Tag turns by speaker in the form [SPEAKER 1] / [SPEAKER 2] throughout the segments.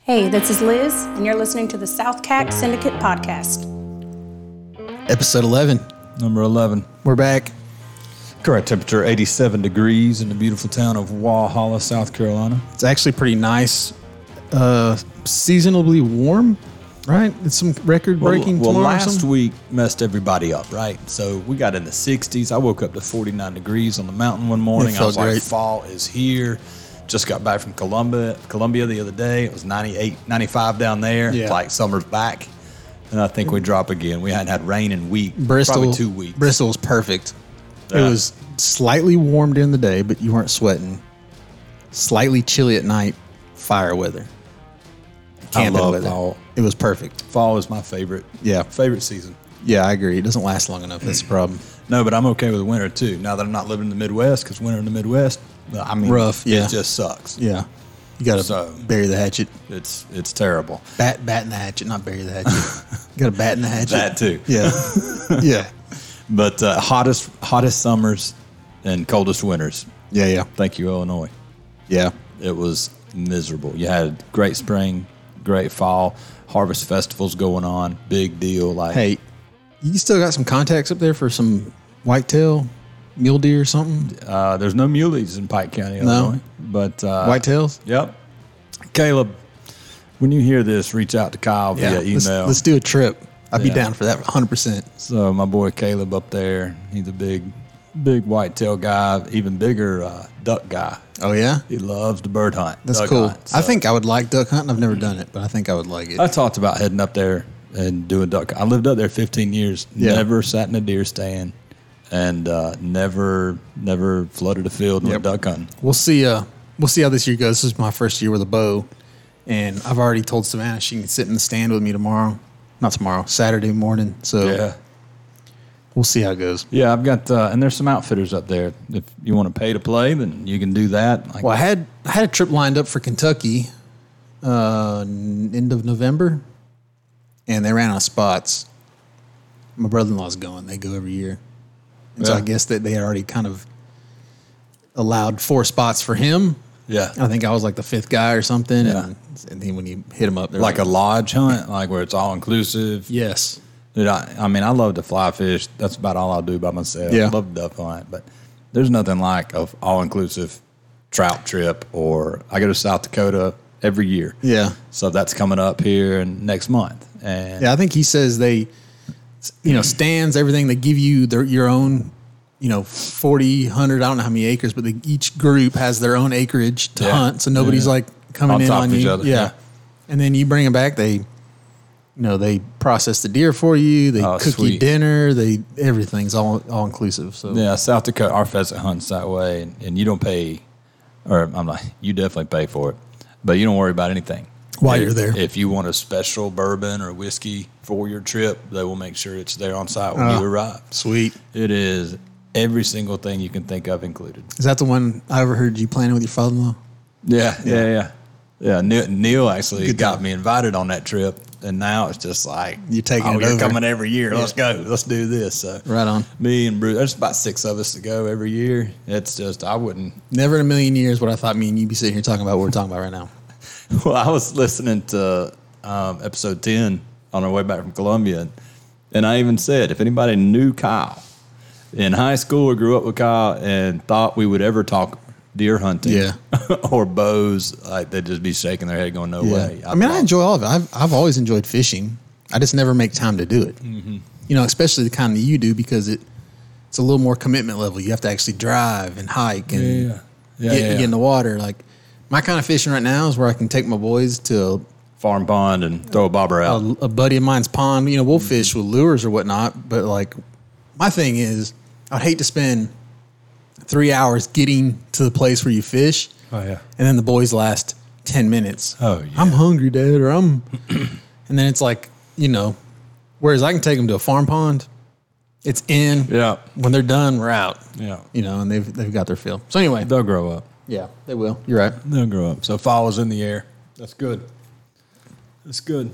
[SPEAKER 1] Hey, this is Liz, and you're listening to the South CAC Syndicate Podcast.
[SPEAKER 2] Episode 11.
[SPEAKER 3] Number 11.
[SPEAKER 2] We're back.
[SPEAKER 3] Correct temperature 87 degrees in the beautiful town of Walhalla, South Carolina.
[SPEAKER 2] It's actually pretty nice. Uh, seasonably warm, right? It's some record breaking
[SPEAKER 3] well,
[SPEAKER 2] tomorrow. or
[SPEAKER 3] last
[SPEAKER 2] something?
[SPEAKER 3] week messed everybody up, right? So we got in the 60s. I woke up to 49 degrees on the mountain one morning. I
[SPEAKER 2] felt
[SPEAKER 3] was
[SPEAKER 2] great.
[SPEAKER 3] like, fall is here. Just got back from Columbia, Columbia the other day. It was 98, 95 down there.
[SPEAKER 2] Yeah.
[SPEAKER 3] It's like summer's back. And I think we drop again. We hadn't had rain in week,
[SPEAKER 2] Bristol,
[SPEAKER 3] probably two weeks.
[SPEAKER 2] Bristol's perfect.
[SPEAKER 3] Yeah.
[SPEAKER 2] It was slightly warm during the day, but you weren't sweating. Slightly chilly at night, fire weather. Camping
[SPEAKER 3] love
[SPEAKER 2] weather.
[SPEAKER 3] fall.
[SPEAKER 2] It was perfect.
[SPEAKER 3] Fall is my favorite.
[SPEAKER 2] Yeah.
[SPEAKER 3] Favorite season.
[SPEAKER 2] Yeah, I agree. It doesn't last long enough. That's the problem.
[SPEAKER 3] No, but I'm okay with winter too. Now that I'm not living in the Midwest, because winter in the Midwest, I mean,
[SPEAKER 2] Rough, yeah.
[SPEAKER 3] It just sucks.
[SPEAKER 2] Yeah. You got to
[SPEAKER 3] So-
[SPEAKER 2] bury the hatchet.
[SPEAKER 3] It's it's terrible.
[SPEAKER 2] Bat, bat in the hatchet, not bury the hatchet. you got to bat in the hatchet.
[SPEAKER 3] That too.
[SPEAKER 2] Yeah. yeah.
[SPEAKER 3] But uh, hottest hottest summers and coldest winters.
[SPEAKER 2] Yeah. Yeah.
[SPEAKER 3] Thank you, Illinois.
[SPEAKER 2] Yeah.
[SPEAKER 3] It was miserable. You had great spring, great fall, harvest festivals going on, big deal. Like
[SPEAKER 2] Hey, you still got some contacts up there for some whitetail, mule deer, or something?
[SPEAKER 3] uh, there's no muleys in Pike County, Illinois. But uh,
[SPEAKER 2] Whitetails?
[SPEAKER 3] Yep. Caleb, when you hear this, reach out to Kyle via email.
[SPEAKER 2] Let's, let's do a trip. I'd be
[SPEAKER 3] Yeah.
[SPEAKER 2] down for that 100%.
[SPEAKER 3] So uh, my boy Caleb up there, he's a big, big whitetail guy, even bigger uh, duck guy.
[SPEAKER 2] Oh, yeah?
[SPEAKER 3] He loves to bird hunt.
[SPEAKER 2] That's
[SPEAKER 3] duck
[SPEAKER 2] cool.
[SPEAKER 3] hunt, so- Uh,
[SPEAKER 2] I think I would like duck hunting. I've never done it, but I think I would like it.
[SPEAKER 3] I talked about heading up there and doing duck. I lived up there 15 years.
[SPEAKER 2] Yeah.
[SPEAKER 3] Never sat in a deer stand, and uh, never, never flooded a field and went duck hunting.
[SPEAKER 2] We'll see. Uh, we'll see how this year goes. This is my first year with a bow, and I've already told Savannah she can sit in the stand with me tomorrow. Not tomorrow, Saturday morning. So
[SPEAKER 3] Yeah.
[SPEAKER 2] we'll see how it goes.
[SPEAKER 3] Yeah, I've got, uh, and there's some outfitters up there. If you want to pay to play, then you can do that. Like,
[SPEAKER 2] Well, I had I had a trip lined up for Kentucky, uh, n- end of November, and they ran out of spots. My brother in law's going; they go every year, and so
[SPEAKER 3] Yeah.
[SPEAKER 2] I guess that they had already kind of allowed four spots for him.
[SPEAKER 3] Yeah.
[SPEAKER 2] I think I was like the fifth guy or something,
[SPEAKER 3] Yeah.
[SPEAKER 2] and, and then when you hit him up, they're
[SPEAKER 3] Like a lodge hunt, like where it's all inclusive.
[SPEAKER 2] yes,
[SPEAKER 3] Dude, I, I mean, I love to fly fish. That's about all I do by myself.
[SPEAKER 2] Yeah.
[SPEAKER 3] I love duck hunt, but there's nothing like a all inclusive trout trip. Or I go to South Dakota every year.
[SPEAKER 2] yeah.
[SPEAKER 3] So that's coming up here in next month. And
[SPEAKER 2] Yeah, I think he says they, you know, stands everything. They give you their your own, you know, 40, 100, I don't know how many acres, but they, each group has their own acreage to
[SPEAKER 3] Yeah.
[SPEAKER 2] hunt. So nobody's
[SPEAKER 3] Yeah.
[SPEAKER 2] like coming
[SPEAKER 3] On
[SPEAKER 2] in
[SPEAKER 3] top
[SPEAKER 2] on
[SPEAKER 3] of
[SPEAKER 2] you.
[SPEAKER 3] each other.
[SPEAKER 2] Yeah.
[SPEAKER 3] Yeah.
[SPEAKER 2] and then you bring them back. They, you know, they process the deer for you. They
[SPEAKER 3] Oh,
[SPEAKER 2] cook you
[SPEAKER 3] sweet.
[SPEAKER 2] dinner. They everything's all all inclusive. So
[SPEAKER 3] yeah, South Dakota, our pheasant hunts that way. And, and you don't pay, or I'm like, you definitely pay for it, but you don't worry about anything.
[SPEAKER 2] While
[SPEAKER 3] If-
[SPEAKER 2] you're there.
[SPEAKER 3] If you want a special bourbon or whiskey for your trip, they will make sure it's there on site when
[SPEAKER 2] Uh,
[SPEAKER 3] you arrive.
[SPEAKER 2] sweet.
[SPEAKER 3] It is every single thing you can think of included.
[SPEAKER 2] Is that the one I overheard you planning with your father in law?
[SPEAKER 3] Yeah, yeah, yeah. Yeah, Neil, Neil actually
[SPEAKER 2] Good
[SPEAKER 3] got
[SPEAKER 2] time.
[SPEAKER 3] me invited on that trip, and now it's just like
[SPEAKER 2] You're taking
[SPEAKER 3] Oh,
[SPEAKER 2] it
[SPEAKER 3] you're
[SPEAKER 2] over.
[SPEAKER 3] coming every year. Let's go. Let's do this. So
[SPEAKER 2] Right on.
[SPEAKER 3] Me and Bruce, there's about six of us to go every year. It's just I wouldn't.
[SPEAKER 2] Never in a million years would I thought me and you be sitting here talking about what we're talking about right now.
[SPEAKER 3] Well, I was listening to um, episode ten on our way back from Columbia, and, and I even said if anybody knew Kyle in high school or grew up with Kyle and thought we would ever talk deer hunting,
[SPEAKER 2] Yeah.
[SPEAKER 3] or bows, like they'd just be shaking their head, going, "No way."
[SPEAKER 2] I mean, I
[SPEAKER 3] thought-
[SPEAKER 2] enjoy all of it. I've, I've always enjoyed fishing. I just never make time to do it.
[SPEAKER 3] Mm-hmm.
[SPEAKER 2] You know, especially the kind that you do because it it's a little more commitment level. You have to actually drive and hike and
[SPEAKER 3] Yeah, yeah,
[SPEAKER 2] get,
[SPEAKER 3] yeah, yeah.
[SPEAKER 2] get in the water. Like my kind of fishing right now is where I can take my boys to
[SPEAKER 3] farm pond and throw a bobber
[SPEAKER 2] a,
[SPEAKER 3] out.
[SPEAKER 2] a buddy of mine's pond. You know, we'll
[SPEAKER 3] Mm-hmm.
[SPEAKER 2] fish with lures or whatnot. But like, my thing is, I'd hate to spend three hours getting to the place where you fish.
[SPEAKER 3] Oh, yeah.
[SPEAKER 2] And then the boys last ten minutes.
[SPEAKER 3] Oh, yeah.
[SPEAKER 2] I'm hungry, Dad, or I'm. and then it's like you know, whereas I can take them to a farm pond. It's in.
[SPEAKER 3] Yeah.
[SPEAKER 2] When they're done, we're out.
[SPEAKER 3] Yeah.
[SPEAKER 2] You know, and they've they've got their fill. So anyway,
[SPEAKER 3] They'll grow up.
[SPEAKER 2] yeah, they will. You're right.
[SPEAKER 3] They'll grow up. So fall is in the air. That's good. That's good.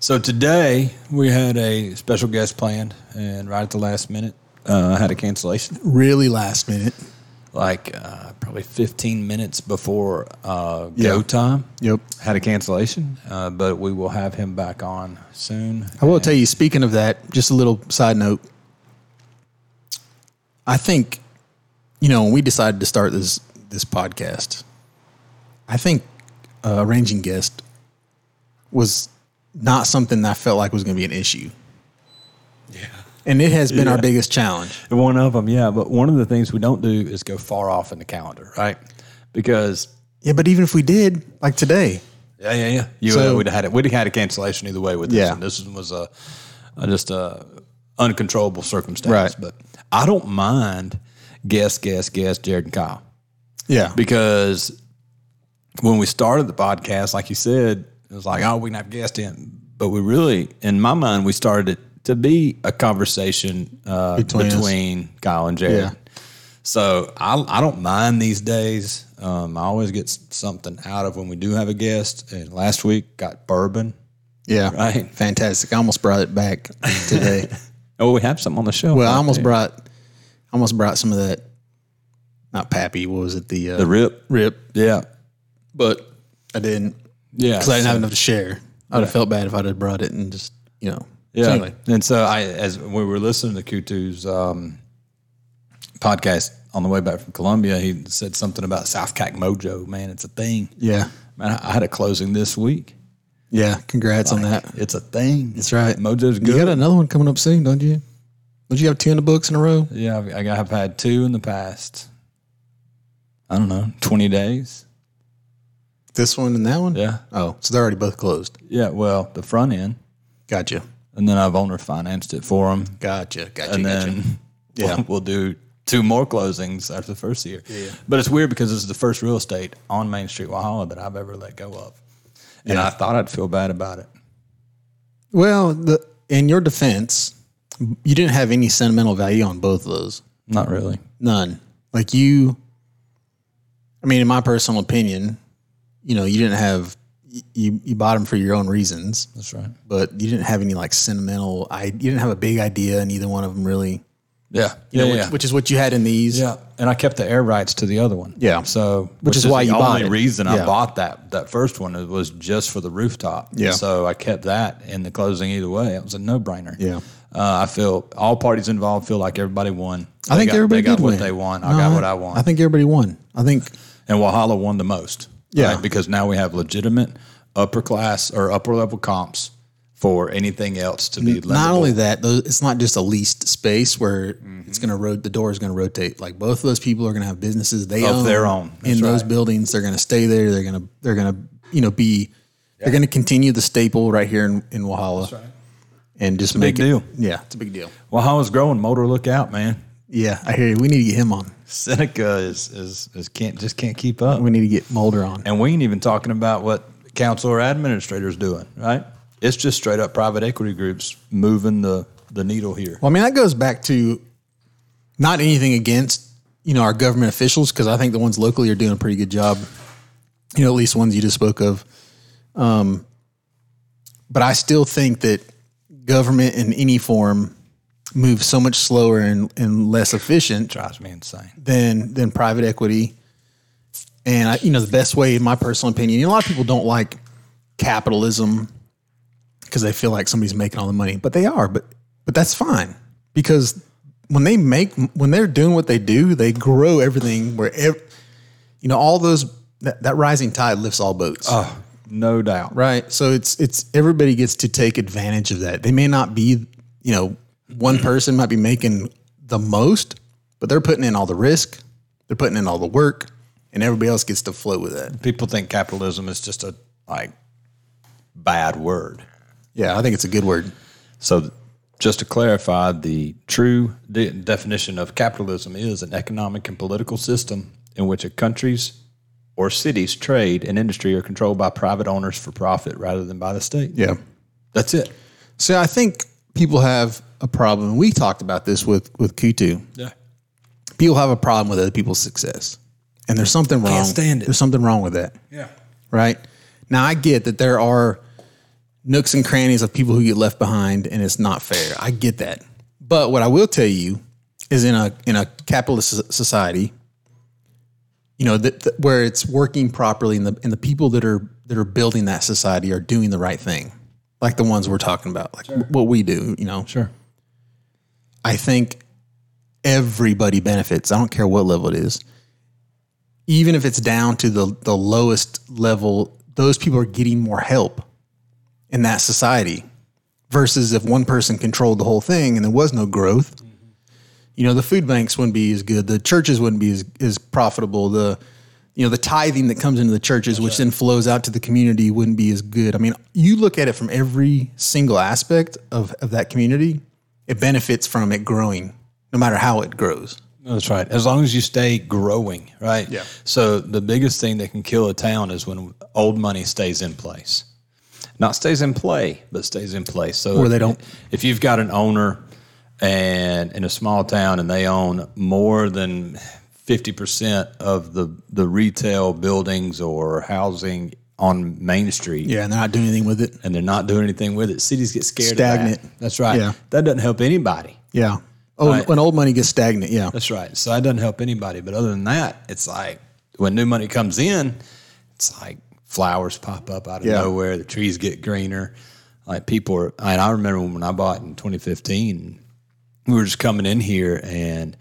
[SPEAKER 3] So today we had a special guest planned, and right at the last minute, uh, I had a cancellation.
[SPEAKER 2] Really last minute.
[SPEAKER 3] like uh, probably 15 minutes before uh,
[SPEAKER 2] Yeah.
[SPEAKER 3] go time.
[SPEAKER 2] Yep.
[SPEAKER 3] Had a cancellation, uh, but we will have him back on soon.
[SPEAKER 2] I will tell you, speaking of that, just a little side note. I think, you know, when we decided to start this this podcast, I think uh, arranging guest was not something that I felt like was going to be an issue. Yeah. And it has been our biggest challenge.
[SPEAKER 3] One of them, yeah. But one of the things we don't do is go far off in the calendar, right? Because
[SPEAKER 2] Yeah, but even if we did, like today,
[SPEAKER 3] Yeah, yeah, yeah. You
[SPEAKER 2] So-
[SPEAKER 3] uh, we'd had it. We'd had a cancellation either way with this.
[SPEAKER 2] Yeah.
[SPEAKER 3] And this one was a, a just a uncontrollable circumstance.
[SPEAKER 2] Right.
[SPEAKER 3] But I don't mind guess, guess, guess, Jared and Kyle
[SPEAKER 2] yeah,
[SPEAKER 3] because when we started the podcast, like you said, it was like, oh, we can have guests in, but we really, in my mind, we started it to be a conversation uh,
[SPEAKER 2] Between
[SPEAKER 3] between,
[SPEAKER 2] us.
[SPEAKER 3] Kyle and Jared.
[SPEAKER 2] Yeah.
[SPEAKER 3] So I, I don't mind these days. Um, I always get s- something out of when we do have a guest. And last week got bourbon.
[SPEAKER 2] yeah,
[SPEAKER 3] Right.
[SPEAKER 2] fantastic. I almost brought it back today.
[SPEAKER 3] Oh, we have something on the show.
[SPEAKER 2] Well, I almost brought, almost brought some of that. Not Pappy. What was it? The uh,
[SPEAKER 3] the rip.
[SPEAKER 2] rip,
[SPEAKER 3] Yeah.
[SPEAKER 2] but I didn't
[SPEAKER 3] Yeah.
[SPEAKER 2] because I didn't have enough to share. I'd have felt bad if I'd have brought it and just you know.
[SPEAKER 3] Yeah.
[SPEAKER 2] So anyway,
[SPEAKER 3] And so I, as we were listening to Kutu's um, podcast on the way back from Columbia, he said something about South Cac Mojo. Man, it's a thing.
[SPEAKER 2] yeah,
[SPEAKER 3] Man, I, I had a closing this week.
[SPEAKER 2] yeah. Congrats on that.
[SPEAKER 3] It's a thing.
[SPEAKER 2] That's right.
[SPEAKER 3] Mojo's
[SPEAKER 2] You
[SPEAKER 3] good.
[SPEAKER 2] got another one coming up soon, don't you? Don't you have two in the books in a row?
[SPEAKER 3] yeah, I've, I have had two in the past. I don't know, twenty days.
[SPEAKER 2] This one and that one.
[SPEAKER 3] Yeah,
[SPEAKER 2] Oh, so they're already both closed.
[SPEAKER 3] yeah. Well, the front end,
[SPEAKER 2] Gotcha.
[SPEAKER 3] and then I've owner financed it for him,
[SPEAKER 2] Gotcha. Gotcha.
[SPEAKER 3] and
[SPEAKER 2] gotcha.
[SPEAKER 3] then
[SPEAKER 2] Yeah.
[SPEAKER 3] we'll, we'll do two more closings after the first year. But it's weird because it's the first real estate on Main Street Wahala that I've ever let go of, and I thought I'd feel bad about it.
[SPEAKER 2] well, the, in your defense, you didn't have any sentimental value on both of those.
[SPEAKER 3] Not really.
[SPEAKER 2] None. Like you, I mean, in my personal opinion, you know, you didn't have you you bought them for your own reasons,
[SPEAKER 3] That's right.
[SPEAKER 2] but you didn't have any like sentimental. I you didn't have a big idea in either one of them really.
[SPEAKER 3] Yeah.
[SPEAKER 2] You
[SPEAKER 3] yeah.
[SPEAKER 2] know,
[SPEAKER 3] yeah.
[SPEAKER 2] Which, which is what you had in these.
[SPEAKER 3] Yeah, and I kept the air rights to the other one.
[SPEAKER 2] Yeah.
[SPEAKER 3] so
[SPEAKER 2] Which is why
[SPEAKER 3] the
[SPEAKER 2] you bought
[SPEAKER 3] only
[SPEAKER 2] it.
[SPEAKER 3] reason I
[SPEAKER 2] Yeah.
[SPEAKER 3] bought that that first one it was just for the rooftop.
[SPEAKER 2] Yeah.
[SPEAKER 3] so I kept that in the closing either way. It was a no brainer.
[SPEAKER 2] Yeah.
[SPEAKER 3] uh, I feel all parties involved feel like everybody won.
[SPEAKER 2] I
[SPEAKER 3] They
[SPEAKER 2] think
[SPEAKER 3] got,
[SPEAKER 2] everybody
[SPEAKER 3] they got
[SPEAKER 2] did
[SPEAKER 3] what
[SPEAKER 2] win.
[SPEAKER 3] they want.
[SPEAKER 2] No,
[SPEAKER 3] I got what I want.
[SPEAKER 2] I think everybody won. I think
[SPEAKER 3] and Wahala won the most.
[SPEAKER 2] Yeah.
[SPEAKER 3] because now we have legitimate upper class or upper level comps for anything else to be.
[SPEAKER 2] not
[SPEAKER 3] lendable.
[SPEAKER 2] only that, though, it's not just a leased space where
[SPEAKER 3] Mm-hmm.
[SPEAKER 2] it's going to road. The door is going to rotate. Like both of those people are going to have businesses they
[SPEAKER 3] Of
[SPEAKER 2] own
[SPEAKER 3] their own.
[SPEAKER 2] in
[SPEAKER 3] That's
[SPEAKER 2] those buildings. They're going to stay there. They're going to they're going to you know be they're going to continue the staple right here in in Wahala. And just make
[SPEAKER 3] big
[SPEAKER 2] it,
[SPEAKER 3] deal.
[SPEAKER 2] Yeah, it's a big deal.
[SPEAKER 3] Wahala's growing. Motor, look out, man.
[SPEAKER 2] Yeah, I hear you. We need to get him on.
[SPEAKER 3] Seneca is is, is can't just can't keep up.
[SPEAKER 2] We need to get Mulder on.
[SPEAKER 3] And we ain't even talking about what council or administrators doing, right? It's just straight up private equity groups moving the, the needle here.
[SPEAKER 2] Well, I mean, that goes back to not anything against you know our government officials because I think the ones locally are doing a pretty good job. You know, at least ones you just spoke of. Um, but I still think that government in any form moves so much slower and, and less efficient
[SPEAKER 3] Drives me insane.
[SPEAKER 2] than than private equity. And I, you know, the best way, in my personal opinion, you know, a lot of people don't like capitalism because they feel like somebody's making all the money, but they are. But but that's fine because when they make when they're doing what they do, they grow everything. Where ev- you know all those that, that rising tide lifts all boats.
[SPEAKER 3] No doubt.
[SPEAKER 2] Right. So it's it's everybody gets to take advantage of that. They may not be, you know, one person might be making the most, but they're putting in all the risk, they're putting in all the work, and everybody else gets to float with that.
[SPEAKER 3] People think capitalism is just a like bad word.
[SPEAKER 2] Yeah, I think it's a good word.
[SPEAKER 3] So th- just to clarify, the true de- definition of capitalism is an economic and political system in which a country's or city's trade and industry are controlled by private owners for profit rather than by the state.
[SPEAKER 2] Yeah.
[SPEAKER 3] That's it.
[SPEAKER 2] So I think people have a problem. We talked about this with with Kutu.
[SPEAKER 3] Yeah.
[SPEAKER 2] People have a problem with other people's success. And there's something wrong.
[SPEAKER 3] stand it.
[SPEAKER 2] There's something wrong with that.
[SPEAKER 3] Yeah.
[SPEAKER 2] right? Now I get that there are nooks and crannies of people who get left behind, and it's not fair. I get that, but what I will tell you is, in a in a capitalist so- society, you know, that that- where it's working properly, and the and the people that are that are building that society are doing the right thing, like the ones we're talking about, like what we do. You know,
[SPEAKER 4] Sure.
[SPEAKER 2] I think everybody benefits. I don't care what level it is. Even if it's down to the, the lowest level, those people are getting more help in that society versus if one person controlled the whole thing and there was no growth. You know, the food banks wouldn't be as good, the churches wouldn't be as, as profitable, the you know, the tithing that comes into the churches, which then flows out to the community, wouldn't be as good. I mean, you look at it from every single aspect of, of that community, it benefits from it growing, no matter how it grows.
[SPEAKER 3] That's right. As long as you stay growing, right? Yeah. So the biggest thing that can kill a town is when old money stays in place. Not stays in play, but stays in place. So
[SPEAKER 2] Or they don't-
[SPEAKER 3] If you've got an owner and in a small town and they own more than 50% of the the retail buildings or housing on Main Street
[SPEAKER 2] Yeah, and they're not doing anything with it.
[SPEAKER 3] and they're not doing anything with it, cities get scared of
[SPEAKER 2] Stagnant.
[SPEAKER 3] that. That's right.
[SPEAKER 2] Yeah.
[SPEAKER 3] That doesn't help anybody.
[SPEAKER 2] Yeah. Oh,
[SPEAKER 3] Right.
[SPEAKER 2] when old money gets stagnant, yeah.
[SPEAKER 3] That's right. So that doesn't help anybody. But other than that, it's like when new money comes in, it's like flowers pop up out of
[SPEAKER 2] Yeah.
[SPEAKER 3] nowhere. The trees get greener. Like people are, and I remember when I bought in 2015, we were just coming in here and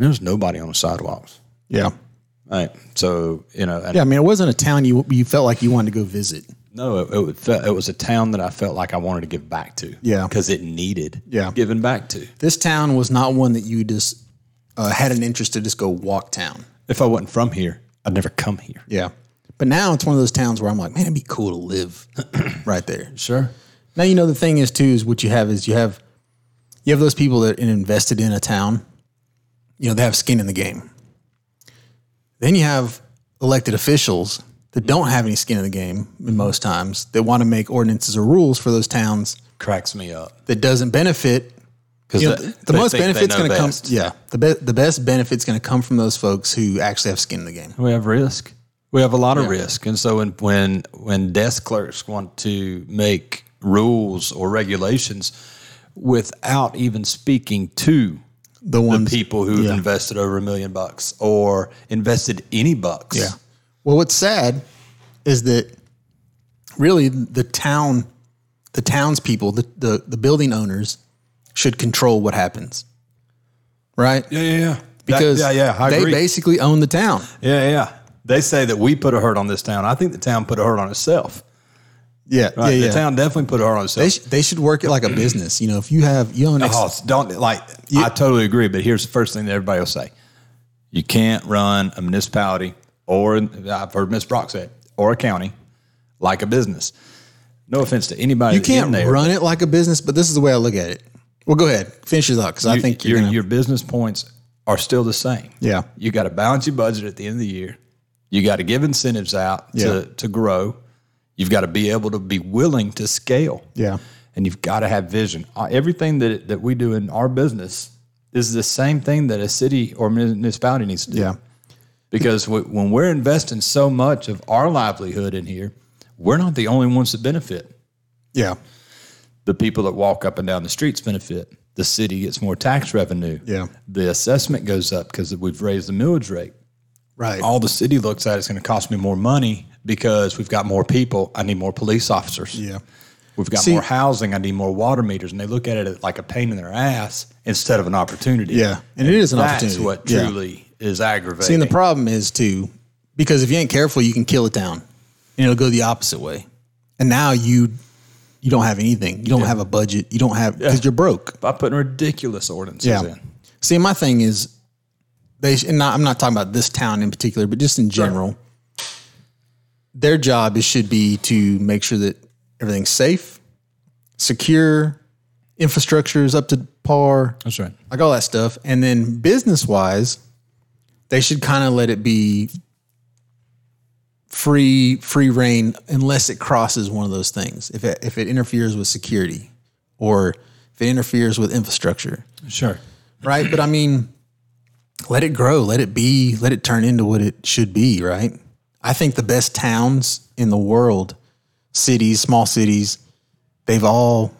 [SPEAKER 3] there was nobody on the sidewalks.
[SPEAKER 2] Yeah.
[SPEAKER 3] Right. So, you know, and
[SPEAKER 2] Yeah. I mean, it wasn't a town you you felt like you wanted to go visit.
[SPEAKER 3] No, it, it, would fe- it was a town that I felt like I wanted to give back to.
[SPEAKER 2] Yeah.
[SPEAKER 3] Because it needed
[SPEAKER 2] Yeah.
[SPEAKER 3] giving back to.
[SPEAKER 2] This town was not one that you just uh, had an interest to just go walk town.
[SPEAKER 3] If I wasn't from here, I'd never come here.
[SPEAKER 2] Yeah. But now it's one of those towns where I'm like, man, it'd be cool to live right there.
[SPEAKER 3] Sure.
[SPEAKER 2] Now you know the thing is too is what you have is you have you have those people that are invested in a town. You know, they have skin in the game. Then you have elected officials that don't have any skin in the game in most times that want to make ordinances or rules for those towns
[SPEAKER 3] Cracks me up.
[SPEAKER 2] that doesnit benefit
[SPEAKER 3] Because
[SPEAKER 2] you know, the, the most benefits going to come. Yeah, the be, the best benefits going to come from those folks who actually have skin in the game.
[SPEAKER 3] We have risk. We have a lot of risk, and so when when when desk clerks want to make rules or regulations without even speaking to
[SPEAKER 2] The
[SPEAKER 3] the
[SPEAKER 2] ones
[SPEAKER 3] people who've
[SPEAKER 2] yeah.
[SPEAKER 3] invested over a million bucks or invested any bucks,
[SPEAKER 2] Yeah. Well, what's sad is that really the town, the townspeople, the the, the building owners should control what happens, right?
[SPEAKER 3] yeah, yeah, yeah.
[SPEAKER 2] Because
[SPEAKER 3] That- yeah, yeah, I
[SPEAKER 2] they
[SPEAKER 3] agree.
[SPEAKER 2] basically own the town.
[SPEAKER 3] yeah, yeah. They say that we put a hurt on this town. I think the town put a hurt on itself.
[SPEAKER 2] Yeah,
[SPEAKER 3] Right?
[SPEAKER 2] yeah,
[SPEAKER 3] The town definitely put a hurt on itself.
[SPEAKER 2] They, sh- they should work it like a business. You know, if you have you own ex-
[SPEAKER 3] Oh, don't like. I totally agree. But here's the first thing that everybody will say: you can't run a municipality or I've heard Miss Brock say it, or a county like a business. No offense to anybody.
[SPEAKER 2] you
[SPEAKER 3] that's in
[SPEAKER 2] can't
[SPEAKER 3] there.
[SPEAKER 2] run it like a business. But this is the way I look at it. Well, go ahead, finish it up because I
[SPEAKER 3] You-
[SPEAKER 2] think
[SPEAKER 3] your
[SPEAKER 2] you're, gonna,
[SPEAKER 3] your business points are still the same.
[SPEAKER 2] Yeah.
[SPEAKER 3] you got to balance your budget at the end of the year. You got to give incentives out
[SPEAKER 2] Yeah.
[SPEAKER 3] to to grow. You've got to be able to be willing to scale.
[SPEAKER 2] yeah.
[SPEAKER 3] and you've got to have vision. Uh, Everything that that we do in our business is the same thing that a city or municipality needs to do.
[SPEAKER 2] Yeah.
[SPEAKER 3] Because we, when we're investing so much of our livelihood in here, we're not the only ones that benefit.
[SPEAKER 2] Yeah.
[SPEAKER 3] The people that walk up and down the streets benefit. The city gets more tax revenue.
[SPEAKER 2] Yeah.
[SPEAKER 3] The assessment goes up because we've raised the millage rate.
[SPEAKER 2] Right.
[SPEAKER 3] All the city looks at is going to cost me more money because we've got more people. I need more police officers.
[SPEAKER 2] yeah.
[SPEAKER 3] We've got
[SPEAKER 2] See-
[SPEAKER 3] more housing. I need more water meters. And they look at it like a pain in their ass instead of an opportunity.
[SPEAKER 2] Yeah. And it is an
[SPEAKER 3] That's
[SPEAKER 2] opportunity.
[SPEAKER 3] what
[SPEAKER 2] Yeah.
[SPEAKER 3] truly is aggravating.
[SPEAKER 2] See, and the problem is too, because if you ain't careful, you can kill it down, and it'll go the opposite way. And now you, you don't have anything. You don't have a budget. You don't have because you're broke.
[SPEAKER 3] By putting ridiculous ordinances in.
[SPEAKER 2] See, my thing is, they sh- and not, I'm not talking about this town in particular, but just in general. Their job is, should be to make sure that everything's safe, secure, infrastructure is up to par.
[SPEAKER 3] That's right.
[SPEAKER 2] like all that stuff. And then business wise, they should kind of let it be free free reign unless it crosses one of those things. If it, if it interferes with security or if it interferes with infrastructure,
[SPEAKER 3] Sure.
[SPEAKER 2] right? But I mean, let it grow, let it be, let it turn into what it should be, right? I think the best towns in the world, cities, small cities, they've all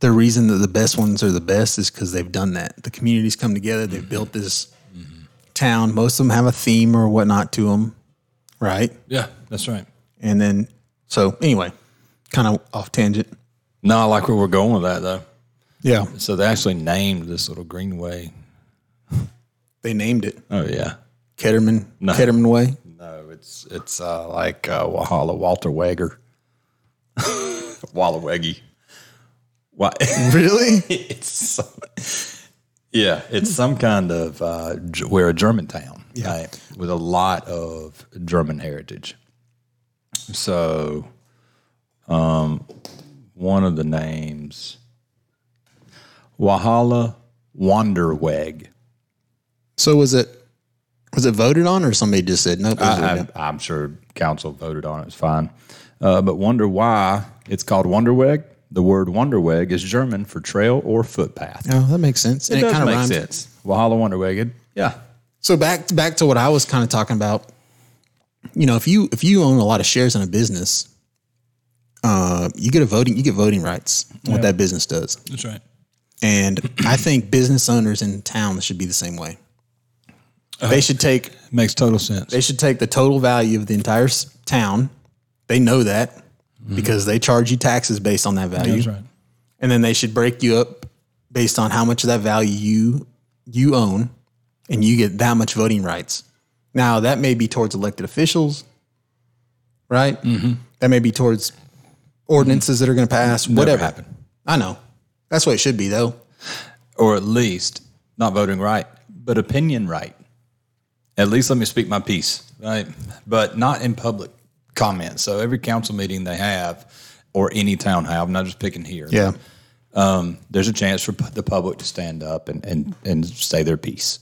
[SPEAKER 2] the reason that the best ones are the best is because they've done that. The communities come together, they've built this town. Most of them have a theme or whatnot to them, right?
[SPEAKER 3] Yeah, that's right.
[SPEAKER 2] And then, so anyway, kind of off tangent.
[SPEAKER 3] No, I like where we're going with that though.
[SPEAKER 2] Yeah,
[SPEAKER 3] So they actually named this little greenway.
[SPEAKER 2] they named it
[SPEAKER 3] Oh yeah.
[SPEAKER 2] Ketterman Ketterman Way.
[SPEAKER 3] No, Oh, it's it's uh, like uh, Wahala Walter Wager. Walla Weggy. Why?
[SPEAKER 2] Really?
[SPEAKER 3] it's some- yeah, it's some kind of uh, G- we're a German town, right, with a lot of German heritage. So, um, one of the names, Wahala Wanderweg.
[SPEAKER 2] so was it was it voted on or somebody just said nope? those are
[SPEAKER 3] I,
[SPEAKER 2] them."
[SPEAKER 3] I, am sure council voted on it. It's fine. Uh, but wonder why it's called Wanderweg. The word Wanderweg is German for trail or footpath.
[SPEAKER 2] oh, that makes sense. And
[SPEAKER 3] It, does
[SPEAKER 2] kinda
[SPEAKER 3] make
[SPEAKER 2] rhymes.
[SPEAKER 3] sense. Wahala Wanderweg. it- Yeah.
[SPEAKER 2] So back back to what I was kind of talking about. You know, if you if you own a lot of shares in a business, uh, you get a voting you get voting rights on what that business does.
[SPEAKER 3] That's right.
[SPEAKER 2] And I think business owners in town should be the same way.
[SPEAKER 3] Uh-huh.
[SPEAKER 2] They should take
[SPEAKER 3] Makes total sense.
[SPEAKER 2] they should take the total value of the entire s- town. They know that because they charge you taxes based on that value.
[SPEAKER 3] Mm-hmm. right.
[SPEAKER 2] And then they should break you up based on how much of that value you you own and you get that much voting rights. Now, that may be towards elected officials, right?
[SPEAKER 3] Mm-hmm.
[SPEAKER 2] That may be towards ordinances that are going to pass, whatever.
[SPEAKER 3] happen.
[SPEAKER 2] I know. That's what it should be though.
[SPEAKER 3] Or at least not voting right, but opinion right. At least let me speak my piece, right? But not in public comment. So every council meeting they have, or any town have, I'm not just picking here.
[SPEAKER 2] Yeah.
[SPEAKER 3] there's a chance for pu- the public to stand up and, and, and say their piece.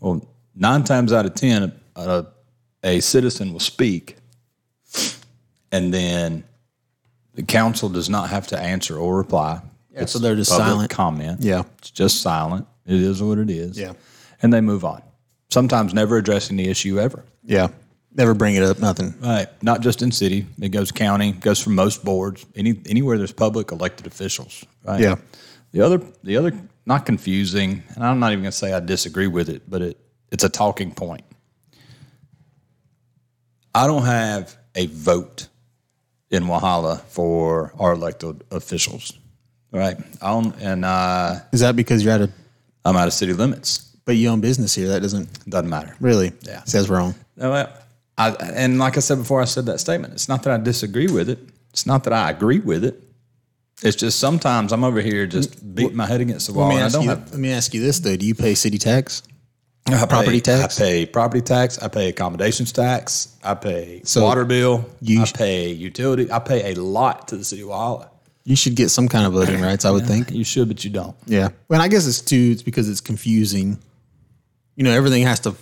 [SPEAKER 3] Well, nine times out of 10, a, a citizen will speak, and then the council does not have to answer or reply.
[SPEAKER 2] so they're just
[SPEAKER 3] public
[SPEAKER 2] silent.
[SPEAKER 3] comment.
[SPEAKER 2] Yeah.
[SPEAKER 3] It's just silent. It is what it is.
[SPEAKER 2] Yeah.
[SPEAKER 3] And they move on, sometimes never addressing the issue ever.
[SPEAKER 2] Yeah. Never bring it up, nothing.
[SPEAKER 3] Right. Not just in city, it goes county, goes for most boards, any anywhere there's public elected officials. Right.
[SPEAKER 2] Yeah.
[SPEAKER 3] The other, the other, not confusing, and I'm not even going to say I disagree with it, but it it's a talking point. I don't have a vote in Wahala for our elected officials, right? I don't, and uh,
[SPEAKER 2] Is that because you're at a
[SPEAKER 3] I'm out of city limits.
[SPEAKER 2] but you own business here? That doesn't
[SPEAKER 3] Doesn't matter.
[SPEAKER 2] Really?
[SPEAKER 3] Yeah.
[SPEAKER 2] Says wrong.
[SPEAKER 3] No, I, I, and like I said before, I said that statement. It's not that I disagree with it. It's not that I agree with it. It's just sometimes I'm over here just beating my head against the wall,
[SPEAKER 2] Let me,
[SPEAKER 3] and I
[SPEAKER 2] ask
[SPEAKER 3] don't
[SPEAKER 2] you,
[SPEAKER 3] have
[SPEAKER 2] let me ask you this though. Do you pay city tax?
[SPEAKER 3] I
[SPEAKER 2] Property
[SPEAKER 3] pay-
[SPEAKER 2] tax?
[SPEAKER 3] I pay property tax. I pay accommodations tax. I pay
[SPEAKER 2] So
[SPEAKER 3] water bill.
[SPEAKER 2] you
[SPEAKER 3] I
[SPEAKER 2] sh-
[SPEAKER 3] pay utility. I pay a lot to the city of Wahala.
[SPEAKER 2] You should get some kind of voting rights, I would think.
[SPEAKER 3] You should, but you don't.
[SPEAKER 2] Yeah. Well, I guess it's too, it's because it's confusing. You know, everything has to,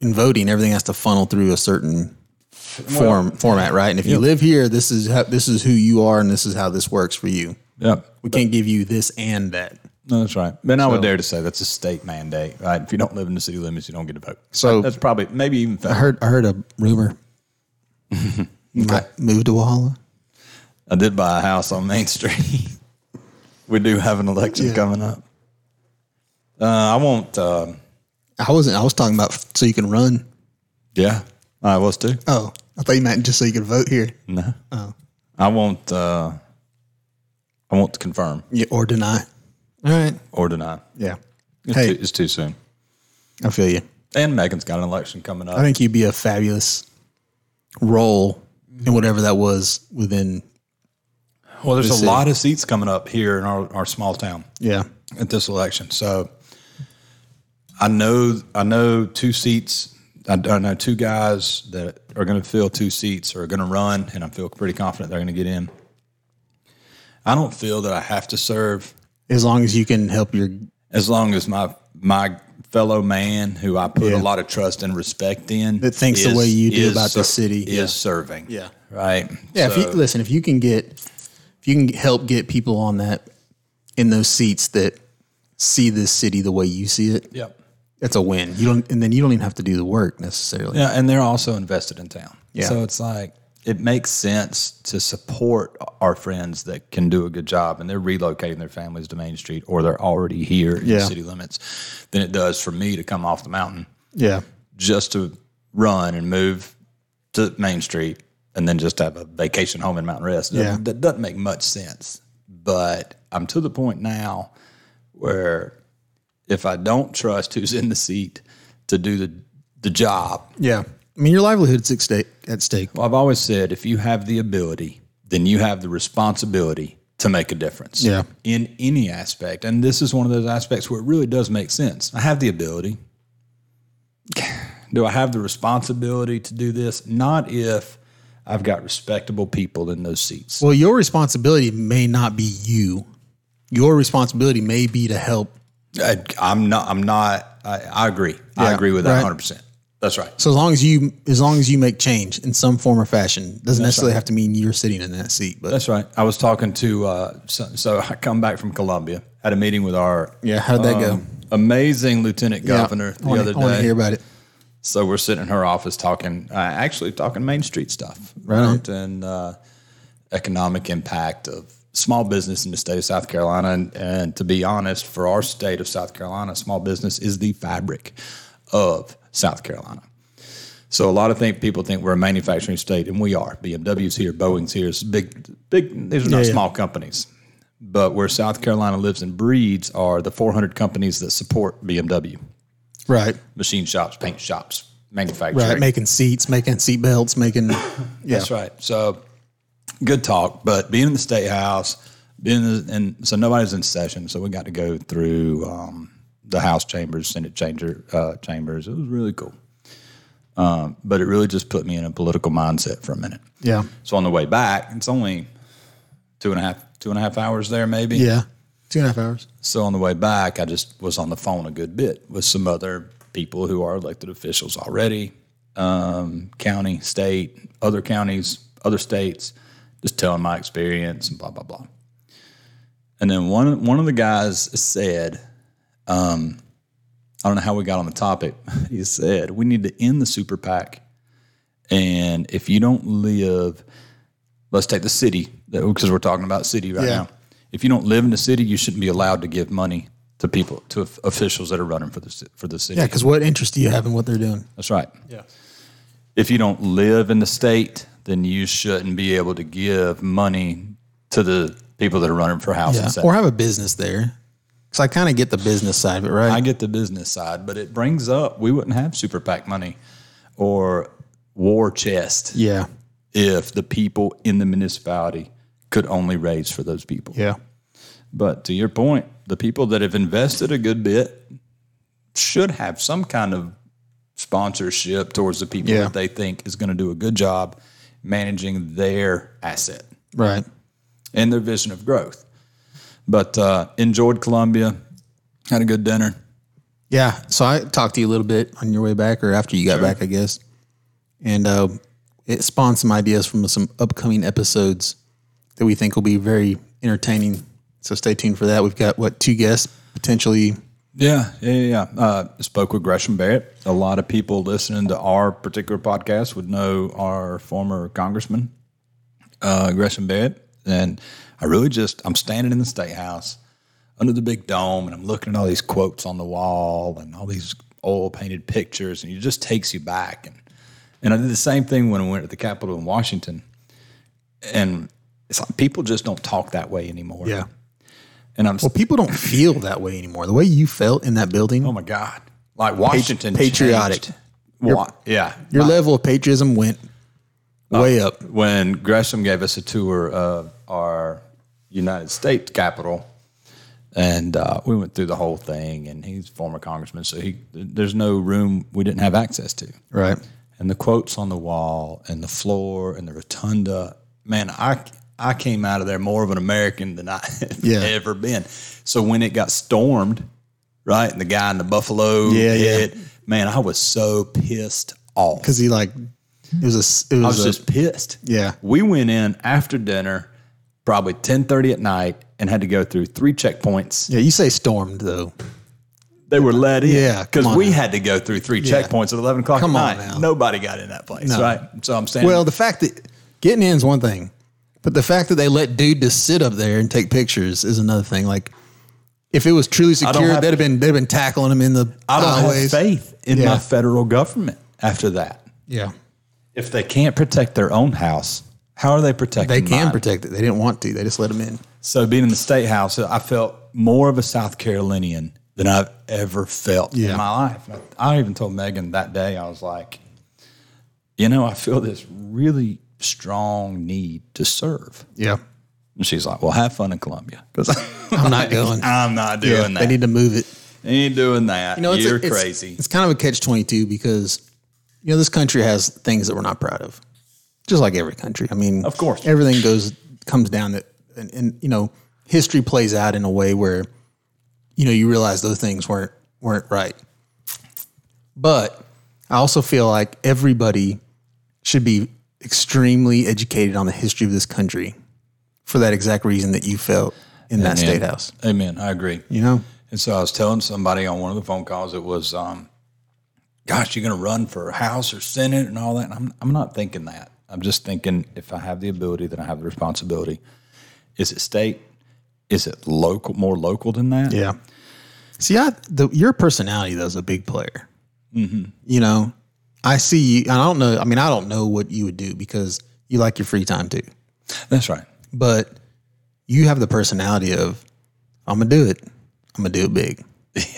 [SPEAKER 2] in voting, everything has to funnel through a certain form format, right? And if you live here, this is how, this is who you are, and this is how this works for you.
[SPEAKER 3] Yeah,
[SPEAKER 2] We can't give you this and that.
[SPEAKER 3] no, that's right. Then I would dare to say that's a state mandate, right? If you don't live in the city limits, you don't get to vote.
[SPEAKER 2] So-
[SPEAKER 3] that's probably maybe even
[SPEAKER 2] I heard, I heard a rumor. You might move to Wahala.
[SPEAKER 3] I did buy a house on Main Street. we do have an election coming up. Uh, I won't. Uh,
[SPEAKER 2] I wasn't. I was talking about so you can run.
[SPEAKER 3] yeah, I was too.
[SPEAKER 2] Oh, I thought you meant just so you could vote here
[SPEAKER 3] No, I won't. Uh, I won't confirm
[SPEAKER 2] yeah, or deny. All right.
[SPEAKER 3] or deny.
[SPEAKER 2] Yeah.
[SPEAKER 3] It's,
[SPEAKER 2] Hey,
[SPEAKER 3] too, it's too soon.
[SPEAKER 2] I feel you.
[SPEAKER 3] And Megan's got an election coming
[SPEAKER 2] I
[SPEAKER 3] up.
[SPEAKER 2] think you'd be a fabulous role in whatever that was within.
[SPEAKER 3] Well, there's a lot of seats coming up here in our, our small town
[SPEAKER 2] Yeah.
[SPEAKER 3] at this election. So I know I know two seats. I, I know two guys that are going to fill two seats or are going to run, and I feel pretty confident they're going to get in. I don't feel that I have to serve
[SPEAKER 2] As long as you can help your.
[SPEAKER 3] as long as my my fellow man who I put
[SPEAKER 2] Yeah.
[SPEAKER 3] a lot of trust and respect in
[SPEAKER 2] That thinks the way you do about the city.
[SPEAKER 3] is
[SPEAKER 2] Yeah.
[SPEAKER 3] serving.
[SPEAKER 2] Yeah.
[SPEAKER 3] Right.
[SPEAKER 2] Yeah. if you,
[SPEAKER 3] So-
[SPEAKER 2] listen, if you can get, if you can help get people on that, in those seats that see this city the way you see it,
[SPEAKER 3] Yep.
[SPEAKER 2] that's a win. You don't, and then you don't even have to do the work necessarily.
[SPEAKER 3] Yeah, and they're also invested in town.
[SPEAKER 2] Yeah.
[SPEAKER 3] So it's like it makes sense to support our friends that can do a good job and they're relocating their families to Main Street or they're already here in
[SPEAKER 2] Yeah.
[SPEAKER 3] the city limits than it does for me to come off the mountain
[SPEAKER 2] Yeah.
[SPEAKER 3] just to run and move to Main Street and then just have a vacation home in Mountain Rest. That-
[SPEAKER 2] Yeah.
[SPEAKER 3] That, doesn't make much sense. But I'm to the point now where if I don't trust who's in the seat to do the the job,
[SPEAKER 2] Yeah. I mean, your livelihood's at stake. At stake.
[SPEAKER 3] well, I've always said if you have the ability, then you have the responsibility to make a difference.
[SPEAKER 2] Yeah.
[SPEAKER 3] In any aspect. And this is one of those aspects where it really does make sense. I have the ability. Do I have the responsibility to do this? Not if I've got respectable people in those seats.
[SPEAKER 2] Well, your responsibility may not be you. Your responsibility may be to help.
[SPEAKER 3] I, I'm not, I'm not, I, I agree. I
[SPEAKER 2] Yeah,
[SPEAKER 3] agree with that
[SPEAKER 2] right.
[SPEAKER 3] 100%. That's right.
[SPEAKER 2] So as long as you, as long as you make change in some form or fashion, doesn't necessarily have to mean you're sitting in that seat. But
[SPEAKER 3] That's right. I was talking to, uh, so, so I come back from Columbia, had a meeting with our
[SPEAKER 2] yeah, how'd that go?
[SPEAKER 3] um, amazing Lieutenant Governor
[SPEAKER 2] I wanna,
[SPEAKER 3] the
[SPEAKER 2] I wanna
[SPEAKER 3] other
[SPEAKER 2] hear
[SPEAKER 3] day.
[SPEAKER 2] about it.
[SPEAKER 3] So we're sitting in her office talking, uh, actually talking Main Street stuff,
[SPEAKER 2] Right on.
[SPEAKER 3] And uh, economic impact of small business in the state of South Carolina, and, and to be honest, for our state of South Carolina, small business is the fabric of South Carolina. So a lot of think people think we're a manufacturing state, and we are. BMW's here, Boeing's here. It's big, big. These are not
[SPEAKER 2] Yeah, yeah.
[SPEAKER 3] small companies, but where South Carolina lives and breeds are the 400 companies that support BMW
[SPEAKER 2] Right.
[SPEAKER 3] machine shops, paint shops,
[SPEAKER 2] Right.
[SPEAKER 3] manufacturing.
[SPEAKER 2] Making seats, making seat belts, making. Yeah.
[SPEAKER 3] That's right. So good talk, but being in the state house, being in, and so nobody's in session, so we got to go through um, the House chambers, Senate changer uh, chambers. It was really cool, um, but it really just put me in a political mindset for a minute.
[SPEAKER 2] Yeah.
[SPEAKER 3] So on the way back, it's only two and a half two and a half hours there, maybe.
[SPEAKER 2] Yeah. Two and a half hours.
[SPEAKER 3] So on the way back, I just was on the phone a good bit with some other people who are elected officials already, um, county, state, other counties, other states, just telling my experience and blah blah blah. And then one one of the guys said, um, I don't know how we got on the topic. He said we need to end the super PAC, and if you don't live, let's take the city because we're talking about city right
[SPEAKER 2] Yeah.
[SPEAKER 3] now. If you don't live in the city, you shouldn't be allowed to give money to people to of- officials that are running for the ci- for the city.
[SPEAKER 2] Yeah. Because what interest do you have in what they're doing?
[SPEAKER 3] That's right. Yeah. If you don't live in the state, then you shouldn't be able to give money to the people that are running for house
[SPEAKER 2] Yeah.
[SPEAKER 3] and
[SPEAKER 2] Or
[SPEAKER 3] stuff.
[SPEAKER 2] have a business there. Because I kind of get the business side of it, right?
[SPEAKER 3] I get the business side, but it brings up we wouldn't have super PAC money or war chest
[SPEAKER 2] yeah.
[SPEAKER 3] if the people in the municipality could only raise for those people.
[SPEAKER 2] Yeah.
[SPEAKER 3] But to your point, the people that have invested a good bit should have some kind of sponsorship towards the people
[SPEAKER 2] Yeah.
[SPEAKER 3] that they think is going to do a good job managing their asset
[SPEAKER 2] Right.
[SPEAKER 3] and their vision of growth. But uh, enjoyed Columbia, had a good dinner.
[SPEAKER 2] Yeah. So I talked to you a little bit on your way back or after you got back, I guess. And uh, it spawned some ideas from some upcoming episodes that we think will be very entertaining. So stay tuned for that. We've got, what, two guests potentially?
[SPEAKER 3] Yeah, yeah, yeah. yeah. Uh, spoke with Gresham Barrett. A lot of people listening to our particular podcast would know our former congressman, uh, Gresham Barrett. And I really just, I'm standing in the state house under the big dome and I'm looking at all these quotes on the wall and all these oil painted pictures. And it just takes you back. And, and I did the same thing when I went to the Capitol in Washington. And it's like people just don't talk that way anymore. And I'm,
[SPEAKER 2] Well, people don't feel that way anymore. The way you felt in that building,
[SPEAKER 3] Oh my God! Like Washington,
[SPEAKER 2] patriotic.
[SPEAKER 3] changed. Wa- yeah.
[SPEAKER 2] your level of patriotism went way up.
[SPEAKER 3] When Gresham gave us a tour of our United States Capitol, and uh, we went through the whole thing, and he's a former congressman, so he there's no room we didn't have access to,
[SPEAKER 2] Right.
[SPEAKER 3] and the quotes on the wall, and the floor, and the rotunda. Man, I I came out of there more of an American than I have
[SPEAKER 2] Yeah.
[SPEAKER 3] ever been. So when it got stormed, right, and the guy in the buffalo,
[SPEAKER 2] Yeah, yeah.
[SPEAKER 3] yeah, man, I was so pissed off.
[SPEAKER 2] Because he, like, it was a, s- it was,
[SPEAKER 3] I was
[SPEAKER 2] a-
[SPEAKER 3] just pissed.
[SPEAKER 2] Yeah.
[SPEAKER 3] We went in after dinner, probably 10:30 at night and had to go through three checkpoints.
[SPEAKER 2] yeah, you say stormed though.
[SPEAKER 3] They were let in.
[SPEAKER 2] Yeah, come
[SPEAKER 3] Cuz
[SPEAKER 2] on
[SPEAKER 3] we
[SPEAKER 2] now.
[SPEAKER 3] had to go through three checkpoints at 11 o'clock
[SPEAKER 2] Come
[SPEAKER 3] at
[SPEAKER 2] on
[SPEAKER 3] night.
[SPEAKER 2] now.
[SPEAKER 3] Nobody got in that place, right? So I'm saying
[SPEAKER 2] Well, the fact that getting in is one thing, but the fact that they let dude just sit up there and take pictures is another thing. Like, If it was truly
[SPEAKER 3] don't
[SPEAKER 2] secure,
[SPEAKER 3] have-
[SPEAKER 2] they'd have been they'd have been tackling them in the
[SPEAKER 3] I don't
[SPEAKER 2] highways.
[SPEAKER 3] have faith in
[SPEAKER 2] Yeah.
[SPEAKER 3] my federal government after that.
[SPEAKER 2] Yeah,
[SPEAKER 3] If they can't protect their own house, how are they protecting?
[SPEAKER 2] they can
[SPEAKER 3] mine?
[SPEAKER 2] protect it. They didn't want to. They just let them in.
[SPEAKER 3] So being in the state house, I felt more of a South Carolinian than I've ever felt
[SPEAKER 2] Yeah.
[SPEAKER 3] in my life. And I, I even told Megan that day, I was like, you know, I feel this really strong need to serve.
[SPEAKER 2] Yeah,
[SPEAKER 3] And she's like, well, have fun in Columbia. Because
[SPEAKER 2] I'm not going.
[SPEAKER 3] I'm not doing
[SPEAKER 2] Yeah,
[SPEAKER 3] that.
[SPEAKER 2] They need to move it.
[SPEAKER 3] ain't doing that. You
[SPEAKER 2] No, it's a-
[SPEAKER 3] are
[SPEAKER 2] it's-
[SPEAKER 3] crazy.
[SPEAKER 2] It's kind of a catch twenty two because you know this country has things that we're not proud of, just like every country. I mean,
[SPEAKER 3] Of course.
[SPEAKER 2] everything goes comes down that, and, and you know, history plays out in a way where, you know, you realize those things weren't weren't right. But I also feel like everybody should be extremely educated on the history of this country, for that exact reason that you felt in that
[SPEAKER 3] Amen.
[SPEAKER 2] state house.
[SPEAKER 3] Amen. I agree.
[SPEAKER 2] You know,
[SPEAKER 3] And so I was telling somebody on one of the phone calls, it was, um, gosh, you're going to run for House or Senate and all that. And I'm, I'm not thinking that. I'm just thinking if I have the ability, then I have the responsibility. Is it state? Is it local, more local than that?
[SPEAKER 2] Yeah. See, I the, your personality though is a big player.
[SPEAKER 3] Mm-hmm.
[SPEAKER 2] You know, I see you. and I don't know. I mean, I don't know what you would do because you like your free time too.
[SPEAKER 3] That's right.
[SPEAKER 2] But you have the personality of I'm gonna do it. I'm gonna do it big.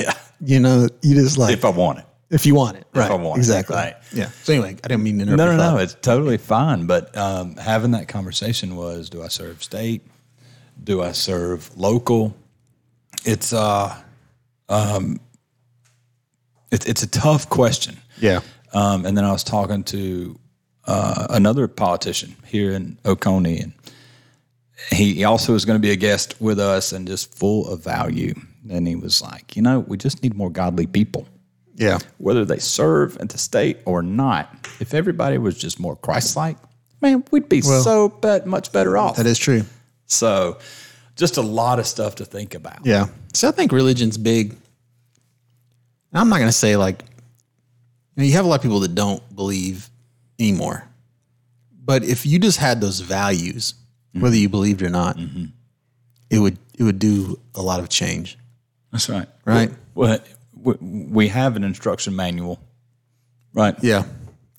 [SPEAKER 3] Yeah.
[SPEAKER 2] You know, you just like
[SPEAKER 3] If I want it.
[SPEAKER 2] if you want it, right?
[SPEAKER 3] I want it,
[SPEAKER 2] exactly.
[SPEAKER 3] right.
[SPEAKER 2] Yeah. So anyway, I didn't mean to interrupt.
[SPEAKER 3] No,
[SPEAKER 2] your
[SPEAKER 3] no,
[SPEAKER 2] thought.
[SPEAKER 3] no. It's totally fine. But um, having that conversation was, do I serve state? Do I serve local? It's uh, um, it's it's a tough question.
[SPEAKER 2] Yeah.
[SPEAKER 3] Um, and then I was talking to uh, another politician here in Oconee, and he also was going to be a guest with us and just full of value. And he was like, you know, we just need more godly people,
[SPEAKER 2] Yeah.
[SPEAKER 3] whether they serve at the state or not. If everybody was just more Christ like, man, we'd be so bet much better off.
[SPEAKER 2] That is true.
[SPEAKER 3] So, just a lot of stuff to think about.
[SPEAKER 2] Yeah. So I think religion's big. And I'm not going to say like, you, know, you have a lot of people that don't believe anymore. But if you just had those values,
[SPEAKER 3] Mm-hmm.
[SPEAKER 2] whether you believed or not, it would it would do a lot of change,
[SPEAKER 3] That's right.
[SPEAKER 2] right?
[SPEAKER 3] Well, we, we have an instruction manual, right?
[SPEAKER 2] Yeah,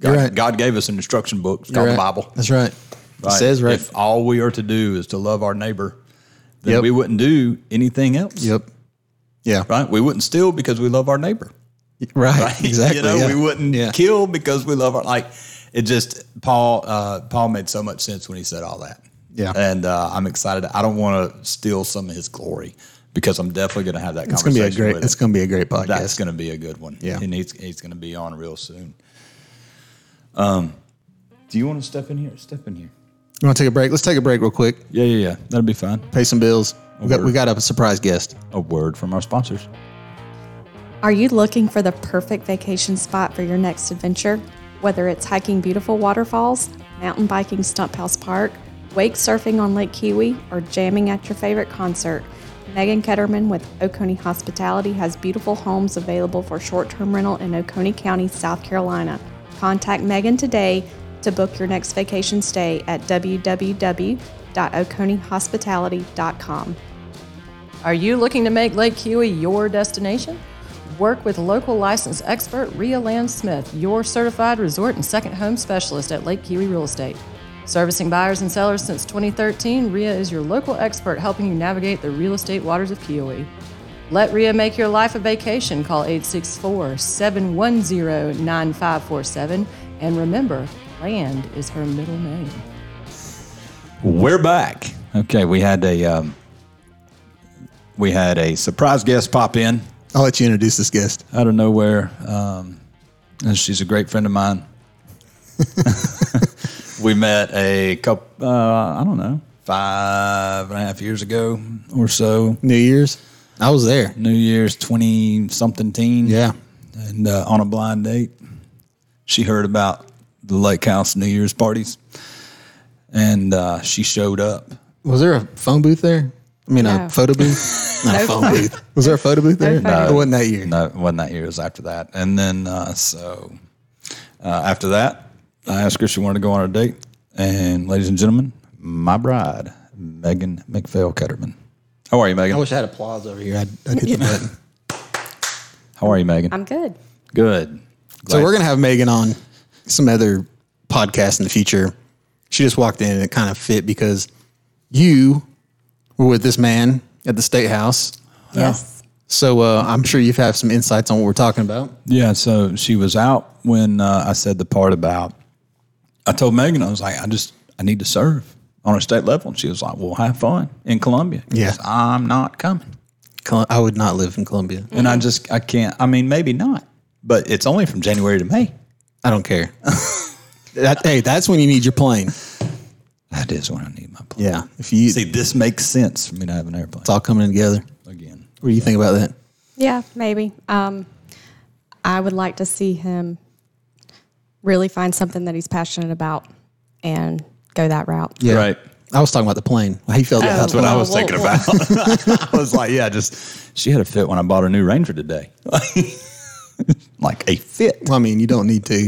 [SPEAKER 3] God,
[SPEAKER 2] you're right.
[SPEAKER 3] God gave us an instruction book. It's called
[SPEAKER 2] You're
[SPEAKER 3] the
[SPEAKER 2] right.
[SPEAKER 3] Bible.
[SPEAKER 2] That's right. It says right.
[SPEAKER 3] If all we are to do is to love our neighbor, then
[SPEAKER 2] Yep.
[SPEAKER 3] we wouldn't do anything else.
[SPEAKER 2] yep. Yeah. Right.
[SPEAKER 3] Right? We wouldn't steal because we love our neighbor.
[SPEAKER 2] Exactly.
[SPEAKER 3] you know,
[SPEAKER 2] yeah.
[SPEAKER 3] we wouldn't
[SPEAKER 2] Yeah.
[SPEAKER 3] kill because we love our like. It just Paul uh, Paul made so much sense when he said all that.
[SPEAKER 2] Yeah.
[SPEAKER 3] and uh, I'm excited. I don't want to steal some of his glory because I'm definitely going to have that
[SPEAKER 2] It's gonna be
[SPEAKER 3] conversation.
[SPEAKER 2] a great.
[SPEAKER 3] with him.
[SPEAKER 2] It's gonna be a great podcast.
[SPEAKER 3] That's going to be a good one.
[SPEAKER 2] Yeah.
[SPEAKER 3] and he's he's going to be on real soon. Um, do you want to step in here? Step in here.
[SPEAKER 2] you want to take a break? Let's take a break real quick.
[SPEAKER 3] Yeah, yeah, yeah. That'll be fine.
[SPEAKER 2] Pay some bills. We got we got a surprise guest.
[SPEAKER 3] A word from our sponsors.
[SPEAKER 5] Are you looking for the perfect vacation spot for your next adventure? Whether it's hiking beautiful waterfalls, mountain biking Stump House Park, wake surfing on Lake Kiwi, or jamming at your favorite concert, Megan Ketterman with Oconee Hospitality has beautiful homes available for short term rental in Oconee County, South Carolina. Contact Megan today to book your next vacation stay at www.oconeehospitality.com.
[SPEAKER 6] Are you looking to make Lake Huey your destination? Work with local licensed expert Rhea Land Smith, your certified resort and second home specialist at Lake Huey Real Estate. Servicing buyers and sellers since 2013, Rhea is your local expert helping you navigate the real estate waters of Kiwi. Let Rhea make your life a vacation. Call 864 710 9547. And remember, land is her middle name.
[SPEAKER 3] We're back. Okay, we had a um, we had a surprise guest pop in
[SPEAKER 2] I'll let you introduce this guest.
[SPEAKER 3] out of nowhere, um, and she's a great friend of mine. we met a couple, uh, I don't know, five and a half years ago or so.
[SPEAKER 2] New Year's. I was there.
[SPEAKER 3] New Year's twenty something teen.
[SPEAKER 2] Yeah.
[SPEAKER 3] and uh, on a blind date, she heard about the Lake House New Year's parties, and uh, she showed up.
[SPEAKER 2] Was there a phone booth there? I mean, a
[SPEAKER 5] No.
[SPEAKER 2] photo booth? Not a phone booth. Was there a photo booth there?
[SPEAKER 5] No photo
[SPEAKER 2] It wasn't that year.
[SPEAKER 3] No, it wasn't that year. It was after that. And then uh, so uh, after that, I asked her if she wanted to go on a date. And ladies and gentlemen, my bride, Megan McPhail Ketterman.
[SPEAKER 7] How are you, Megan?
[SPEAKER 2] I wish I had applause over here. I'd, I'd hit the button.
[SPEAKER 7] How are you, Megan?
[SPEAKER 5] I'm good.
[SPEAKER 7] Good.
[SPEAKER 2] So we're gonna have Megan on some other podcast in the future. She just walked in and it kind of fit because you were with this man at the state house.
[SPEAKER 5] Yes.
[SPEAKER 2] So uh, I'm sure you've had some insights on what we're talking about.
[SPEAKER 3] Yeah, so she was out when uh, I said the part about. I told Megan I was like, I just I need to serve on a state level, and she was like, Well, have fun in Columbia.
[SPEAKER 2] Yeah.
[SPEAKER 3] 'Cause I'm not coming,
[SPEAKER 2] Col- I would not live in Columbia.
[SPEAKER 3] and I just I can't. I mean, maybe not, but it's only from January to May.
[SPEAKER 2] I don't care. that, hey, that's when you need your plane.
[SPEAKER 3] That is when I need my plane.
[SPEAKER 2] Yeah, if you
[SPEAKER 3] See, this makes sense for me to have an airplane
[SPEAKER 2] it's all coming together.
[SPEAKER 3] again.
[SPEAKER 2] What do you think about that?
[SPEAKER 5] Yeah, maybe. Um, I would like to see him really find something that he's passionate about and go that route.
[SPEAKER 2] Yeah.
[SPEAKER 3] Right.
[SPEAKER 2] I was talking about the plane. How he felt about
[SPEAKER 3] That's
[SPEAKER 2] the
[SPEAKER 3] what I
[SPEAKER 2] plane.
[SPEAKER 3] was thinking about. I was like, yeah, just she had a fit when I bought her new Ranger today. like a fit.
[SPEAKER 2] Well, I mean, you don't need to.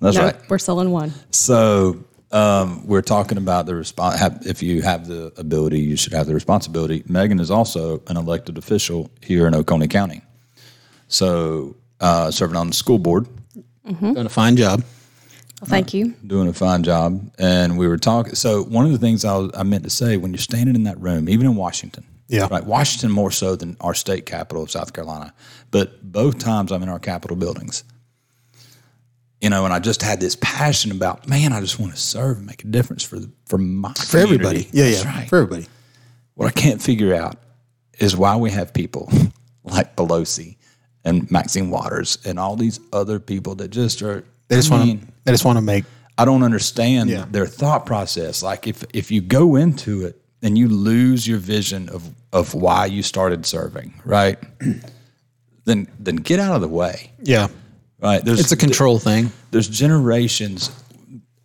[SPEAKER 3] That's
[SPEAKER 5] No,
[SPEAKER 3] right.
[SPEAKER 5] we're selling one.
[SPEAKER 3] So um, we're talking about the response. If you have the ability, you should have the responsibility. Megan is also an elected official here in Oconee County. So uh, serving on the school board, Hmm?
[SPEAKER 2] Doing a fine job.
[SPEAKER 5] Well, thank you.
[SPEAKER 3] doing a fine job. And we were talking. So one of the things I, was, I meant to say when you're standing in that room, even in Washington,
[SPEAKER 2] Yeah.
[SPEAKER 3] right, Washington more so than our state capital of South Carolina, but both times I'm in our Capitol buildings. You know, and I just had this passion about, man, I just want to serve and make a difference for the, for my
[SPEAKER 2] for everybody. Yeah, yeah,
[SPEAKER 3] right.
[SPEAKER 2] for everybody.
[SPEAKER 3] What I can't figure out is why we have people like Pelosi and Maxine Waters and all these other people that just are.
[SPEAKER 2] They just
[SPEAKER 3] I
[SPEAKER 2] want
[SPEAKER 3] mean,
[SPEAKER 2] to. They just want to make.
[SPEAKER 3] I don't understand their thought process. Like if if you go into it and you lose your vision of of why you started serving, right? then then get out of the way,
[SPEAKER 2] Yeah,
[SPEAKER 3] right? There's
[SPEAKER 2] it's a control thing.
[SPEAKER 3] there's generations,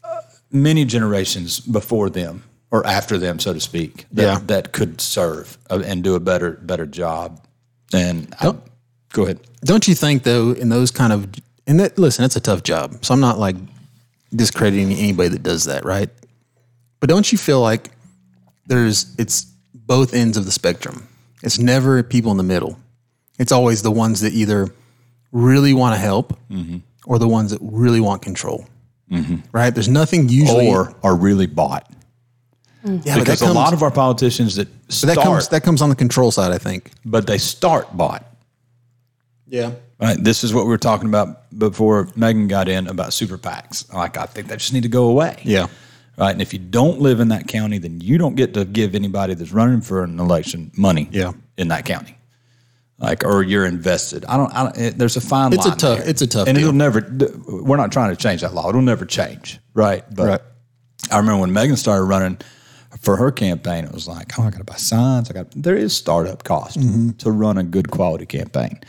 [SPEAKER 3] uh, many generations before them or after them, so to speak, that,
[SPEAKER 2] Yeah.
[SPEAKER 3] that could serve uh, and do a better better job. And I, go ahead.
[SPEAKER 2] Don't you think though? In those kind of and that, listen, it's a tough job. So I'm not like discrediting anybody that does that, right? But don't you feel like there's it's both ends of the spectrum. It's never people in the middle. It's always the ones that either really want to help
[SPEAKER 3] Mm-hmm.
[SPEAKER 2] or the ones that really want control. Right? There's nothing usually
[SPEAKER 3] Or are really bought
[SPEAKER 2] yeah, but that
[SPEAKER 3] because
[SPEAKER 2] comes,
[SPEAKER 3] a lot of our politicians that
[SPEAKER 2] but
[SPEAKER 3] start,
[SPEAKER 2] that comes that comes on the control side, I think.
[SPEAKER 3] but they start bought.
[SPEAKER 2] Yeah.
[SPEAKER 3] Right. This is what we were talking about before Megan got in about super PACs. Like, I think they just need to go away.
[SPEAKER 2] Yeah.
[SPEAKER 3] Right. And if you don't live in that county, then you don't get to give anybody that's running for an election money
[SPEAKER 2] Yeah.
[SPEAKER 3] in that county. Like, or you're invested. I don't, I don't it, there's a fine
[SPEAKER 2] It's a
[SPEAKER 3] line.
[SPEAKER 2] tough-
[SPEAKER 3] there.
[SPEAKER 2] it's a tough
[SPEAKER 3] And it'll
[SPEAKER 2] deal.
[SPEAKER 3] never, we're not trying to change that law. It'll never change. Right. But
[SPEAKER 2] Right.
[SPEAKER 3] I remember when Megan started running for her campaign, it was like, oh, I got to buy signs. I got there is startup cost
[SPEAKER 2] Mm-hmm.
[SPEAKER 3] to run a good quality campaign.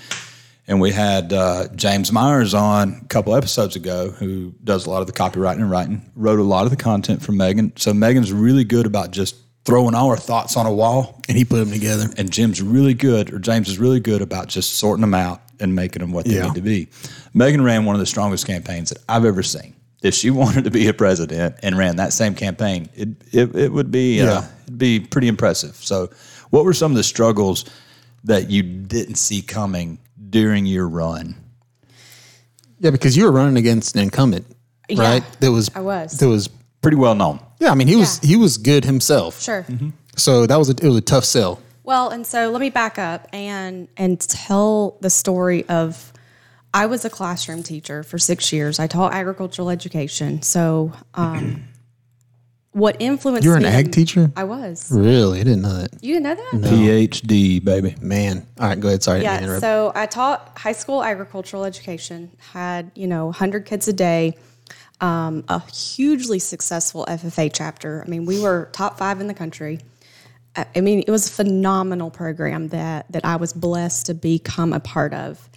[SPEAKER 3] And we had uh, James Myers on a couple episodes ago, who does a lot of the copywriting and writing, wrote a lot of the content for Megan. So Megan's really good about just throwing all her thoughts on a wall,
[SPEAKER 2] And he put them together.
[SPEAKER 3] and Jim's really good, or James is really good about just sorting them out and making them what they
[SPEAKER 2] Yeah.
[SPEAKER 3] need to be. Megan ran one of the strongest campaigns that I've ever seen. If she wanted to be a president and ran that same campaign, it it, it would be uh,
[SPEAKER 2] Yeah.
[SPEAKER 3] it'd be pretty impressive. So, what were some of the struggles that you didn't see coming during your run?
[SPEAKER 2] Yeah, because you were running against an incumbent, right? That was
[SPEAKER 5] I was.
[SPEAKER 2] That was
[SPEAKER 3] Pretty well known.
[SPEAKER 2] yeah. I mean, he was he was good himself.
[SPEAKER 5] Sure.
[SPEAKER 2] So that was a, it was a tough sell.
[SPEAKER 5] Well, and so let me back up and and tell the story of I was a classroom teacher for six years. I taught agricultural education. So, um, what influenced
[SPEAKER 2] You're an
[SPEAKER 5] me-
[SPEAKER 2] ag teacher.
[SPEAKER 5] I was.
[SPEAKER 2] Really, I didn't know that.
[SPEAKER 5] You didn't know that?
[SPEAKER 3] PhD, baby.
[SPEAKER 2] Man, all right, go ahead. Sorry, I didn't mean to
[SPEAKER 5] Yeah.
[SPEAKER 2] interrupt.
[SPEAKER 5] So I taught high school agricultural education. Had you know 100 kids a day. Um, a hugely successful FFA chapter. I mean, we were top five in the country. I I mean, it was a phenomenal program that that I was blessed to become a part of.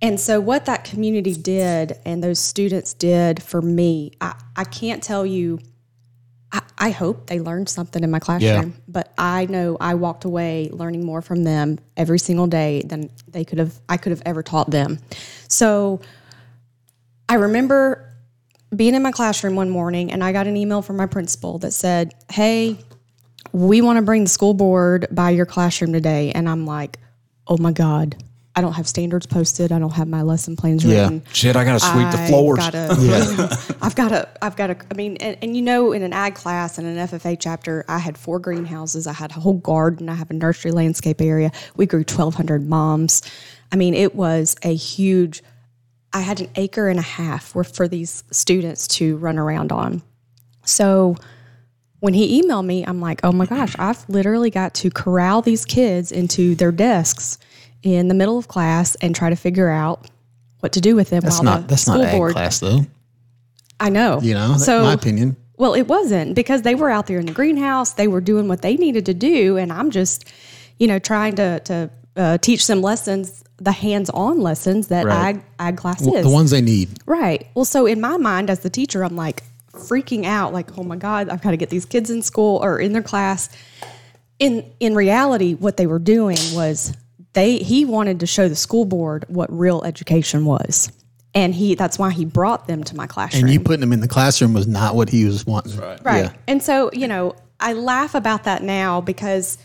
[SPEAKER 5] And so, what that community did and those students did for me, I, I can't tell you. I, I hope they learned something in my classroom, but I know I walked away learning more from them every single day than they could have I could have ever taught them. So, I remember being in my classroom one morning and I got an email from my principal that said, Hey, we want to bring the school board by your classroom today. And I'm like, oh my God, I don't have standards posted. I don't have my lesson plans
[SPEAKER 2] Yeah.
[SPEAKER 5] written.
[SPEAKER 3] Shit, I gotta sweep the floors.
[SPEAKER 5] I've gotta, I've got to, I've got to, I mean, and, and you know, in an ag class and an FFA chapter, I had four greenhouses. I had a whole garden. I have a nursery landscape area. We grew 1,200 moms. I mean, it was a huge, I had an acre and a half were for these students to run around on. So when he emailed me, I'm like, oh my gosh, I've literally got to corral these kids into their desks in the middle of class and try to figure out what to do with them
[SPEAKER 2] That's
[SPEAKER 5] while
[SPEAKER 2] not
[SPEAKER 5] the
[SPEAKER 2] that's
[SPEAKER 5] school
[SPEAKER 2] not ag
[SPEAKER 5] board.
[SPEAKER 2] class though.
[SPEAKER 5] I know.
[SPEAKER 2] You know, that's
[SPEAKER 5] so
[SPEAKER 2] my opinion.
[SPEAKER 5] Well, it wasn't because they were out there in the greenhouse. They were doing what they needed to do, and I'm just, you know, trying to to uh, teach them lessons, the hands-on lessons that
[SPEAKER 2] Right.
[SPEAKER 5] ag ag class
[SPEAKER 2] W-
[SPEAKER 5] is.
[SPEAKER 2] The ones they need.
[SPEAKER 5] Right. Well, so in my mind as the teacher, I'm like freaking out, like, oh my God, I've got to get these kids in school or in their class. In in reality, what they were doing was they he wanted to show the school board what real education was. And he that's why he brought them to my classroom.
[SPEAKER 2] And you putting them in the classroom was not what he was wanting.
[SPEAKER 5] Right.
[SPEAKER 2] Yeah.
[SPEAKER 5] And so, you know, I laugh about that now because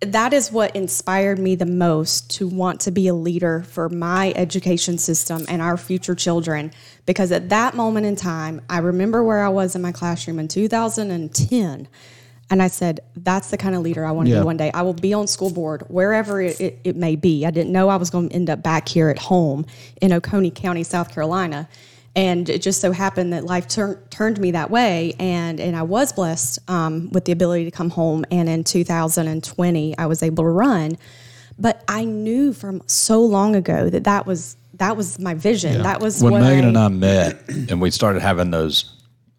[SPEAKER 5] that is what inspired me the most to want to be a leader for my education system and our future children. Because at that moment in time, I remember where I was in my classroom in 2010. And I said, that's the kind of leader I want to
[SPEAKER 2] Yeah.
[SPEAKER 5] be one day. I will be on school board, wherever it, it, it may be. I didn't know I was going to end up back here at home in Oconee County, South Carolina. And it just so happened that life tur- turned me that way. And, and I was blessed um, with the ability to come home. And in 2020, I was able to run. But I knew from so long ago that that was, that was my vision. That was
[SPEAKER 3] when
[SPEAKER 5] what
[SPEAKER 3] Megan
[SPEAKER 5] I-
[SPEAKER 3] and I met and we started having those,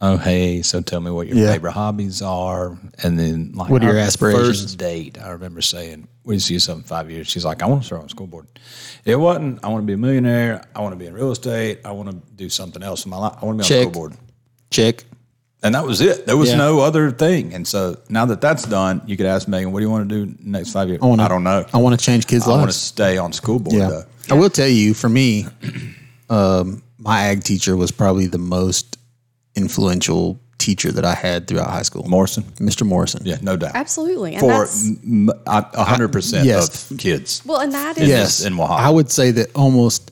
[SPEAKER 3] oh hey, so tell me what your
[SPEAKER 2] Yeah.
[SPEAKER 3] favorite hobbies are, and then like
[SPEAKER 2] What are your
[SPEAKER 3] our
[SPEAKER 2] aspirations?
[SPEAKER 3] First date, I remember saying, "We see you something five years." She's like, "I want to start on the school board." It wasn't. I want to be a millionaire. I want to be in real estate. I want to do something else in my life. I want to be on the
[SPEAKER 2] Check.
[SPEAKER 3] school board.
[SPEAKER 2] Check.
[SPEAKER 3] And that was it. There was
[SPEAKER 2] Yeah.
[SPEAKER 3] no other thing. And so now that that's done, you could ask Megan, "What do you want to do next five years?" I,
[SPEAKER 2] wanna-
[SPEAKER 3] don't know.
[SPEAKER 2] I want to change kids'
[SPEAKER 3] I want to
[SPEAKER 2] lives.
[SPEAKER 3] stay on school board
[SPEAKER 2] yeah.
[SPEAKER 3] though.
[SPEAKER 2] I will tell you, for me, um, my ag teacher was probably the most influential teacher that I had throughout high school.
[SPEAKER 3] Morrison.
[SPEAKER 2] Mr. Morrison.
[SPEAKER 3] Yeah, no doubt.
[SPEAKER 5] Absolutely. And
[SPEAKER 3] For
[SPEAKER 5] that's,
[SPEAKER 3] m- m- a a hundred percent
[SPEAKER 2] Yes.
[SPEAKER 3] of kids.
[SPEAKER 5] well, and that is,
[SPEAKER 2] Yes.
[SPEAKER 3] in Wahab.
[SPEAKER 2] I would say that almost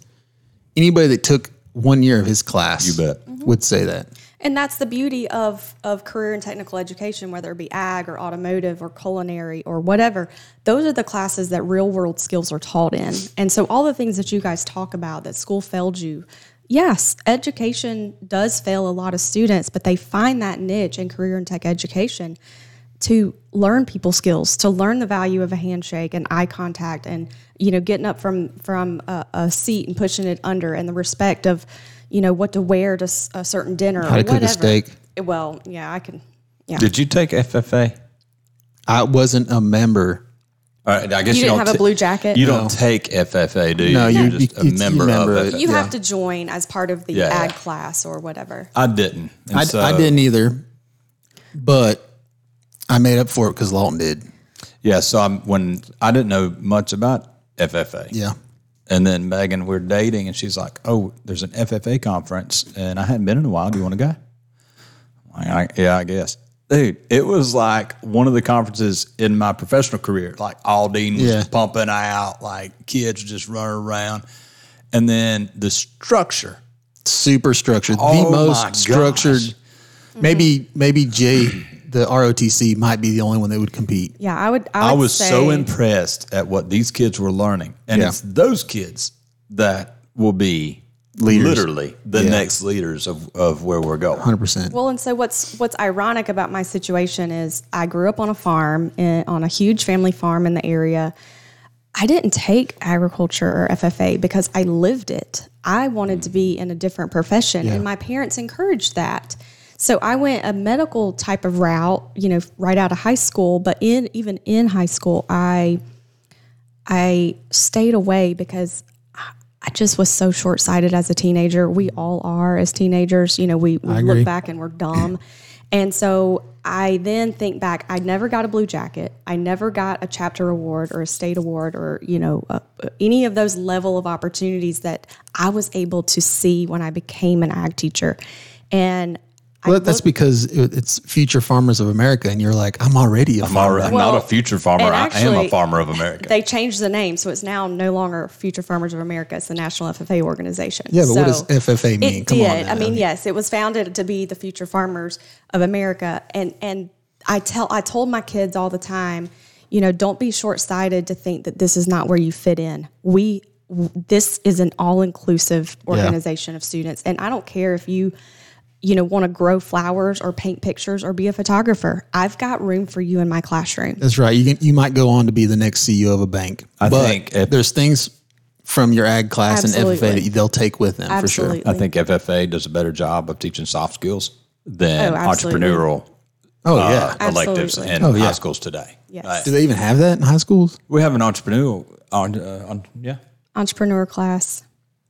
[SPEAKER 2] anybody that took one year of his class Mm-hmm.
[SPEAKER 3] You bet.
[SPEAKER 2] would say that.
[SPEAKER 5] And that's the beauty of, of career and technical education, whether it be ag or automotive or culinary or whatever. Those are the classes that real world skills are taught in. And so, all the things that you guys talk about that school failed you, yes, education does fail a lot of students, but they find that niche in career and tech education to learn people skills, to learn the value of a handshake and eye contact, and you know, getting up from from a, a seat and pushing it under, and the respect of, you know, what to wear to s- a certain dinner.
[SPEAKER 2] How
[SPEAKER 5] or
[SPEAKER 2] to cook a
[SPEAKER 5] whatever.
[SPEAKER 2] steak.
[SPEAKER 5] Well, yeah, I can. Yeah,
[SPEAKER 3] Did you take FFA?
[SPEAKER 2] I wasn't a member.
[SPEAKER 3] All right, I guess
[SPEAKER 5] You
[SPEAKER 3] you,
[SPEAKER 5] didn't
[SPEAKER 3] don't
[SPEAKER 5] have
[SPEAKER 3] ta-
[SPEAKER 5] a blue jacket?
[SPEAKER 3] You don't take FFA, do you?
[SPEAKER 2] No,
[SPEAKER 3] you're
[SPEAKER 2] you-
[SPEAKER 3] just
[SPEAKER 2] you-
[SPEAKER 3] a
[SPEAKER 2] you
[SPEAKER 3] member of
[SPEAKER 2] remember
[SPEAKER 3] it.
[SPEAKER 2] it.
[SPEAKER 5] you have to join as part of the
[SPEAKER 3] Yeah,
[SPEAKER 5] ag
[SPEAKER 3] yeah.
[SPEAKER 5] class or whatever.
[SPEAKER 3] I didn't. And
[SPEAKER 2] I,
[SPEAKER 3] so-
[SPEAKER 2] I didn't either, but I made up for it because Lawton did.
[SPEAKER 3] Yeah, so I'm, when I didn't know much about FFA.
[SPEAKER 2] Yeah.
[SPEAKER 3] And then Megan, we're dating, and she's like, "Oh, there's an FFA conference, and I hadn't been in a while. Do you want to go?" I'm like, "I- yeah, I guess, dude. It was like one of the conferences in my professional career. Like Aldine was
[SPEAKER 2] Yeah.
[SPEAKER 3] pumping out, like kids just running around, and then the structure.
[SPEAKER 2] super structured,
[SPEAKER 3] Oh
[SPEAKER 2] the
[SPEAKER 3] my gosh. Mm-hmm.
[SPEAKER 2] most structured. Maybe maybe Jay the ROTC might be the only one that would compete.
[SPEAKER 5] Yeah, I would. I,
[SPEAKER 3] I
[SPEAKER 5] would
[SPEAKER 3] was
[SPEAKER 5] say,
[SPEAKER 3] so impressed at what these kids were learning, and
[SPEAKER 2] Yeah.
[SPEAKER 3] it's those kids that will be
[SPEAKER 2] Leaders.
[SPEAKER 3] literally the
[SPEAKER 2] Yeah.
[SPEAKER 3] next leaders of of where we're going.
[SPEAKER 2] Hundred percent.
[SPEAKER 5] Well, and so what's what's ironic about my situation is I grew up on a farm, in, on a huge family farm in the area. I didn't take agriculture or FFA because I lived it. I wanted to be in a different profession, and my parents encouraged that. So I went a medical type of route, you know, right out of high school. But in even in high school, I I stayed away because I- I just was so short sighted as a teenager. We all are as teenagers. You know, we, we look back and we're dumb. and so I then think back, I never got a blue jacket. I never got a chapter award or a state award or, you know, uh, any of those level of opportunities that I was able to see when I became an ag teacher. And
[SPEAKER 2] Well, that's because it, it's future farmers of America, and you're like, I'm already a
[SPEAKER 3] I'm,
[SPEAKER 2] farmer.
[SPEAKER 3] alre- I'm
[SPEAKER 5] Well,
[SPEAKER 3] not a future farmer.
[SPEAKER 5] and
[SPEAKER 3] I am a
[SPEAKER 5] actually-
[SPEAKER 3] farmer of America.
[SPEAKER 5] They changed the name, so it's now no longer Future Farmers of America. It's the National FFA organization.
[SPEAKER 2] Yeah, but what
[SPEAKER 5] So
[SPEAKER 2] does FFA mean?
[SPEAKER 5] It
[SPEAKER 2] Come on
[SPEAKER 5] did.
[SPEAKER 2] now.
[SPEAKER 5] I mean, yes, it was founded to be the Future Farmers of America, and and I tell I told my kids all the time, you know, don't be short sighted to think that this is not where you fit in. We w- this is an all inclusive organization of students, and I don't care if you you know want to grow flowers or paint pictures or be a photographer. I've got room for you in my classroom.
[SPEAKER 2] That's right. You can, you might go on to be the next CEO of a bank. I but
[SPEAKER 3] think if-
[SPEAKER 2] there's things from your ag class and FFA
[SPEAKER 5] Absolutely.
[SPEAKER 2] that they'll take with them
[SPEAKER 5] Absolutely.
[SPEAKER 2] for sure.
[SPEAKER 3] I think FFA does a better job of teaching soft skills than
[SPEAKER 5] Oh, absolutely.
[SPEAKER 3] entrepreneurial
[SPEAKER 2] Oh
[SPEAKER 3] uh,
[SPEAKER 2] yeah.
[SPEAKER 3] electives
[SPEAKER 5] Absolutely.
[SPEAKER 3] in
[SPEAKER 2] Oh, yeah.
[SPEAKER 3] high schools today.
[SPEAKER 5] Yes.
[SPEAKER 3] Right.
[SPEAKER 2] Do they even have that in high schools?
[SPEAKER 3] We have an entrepreneurial, on, uh, on, yeah.
[SPEAKER 5] Entrepreneur class.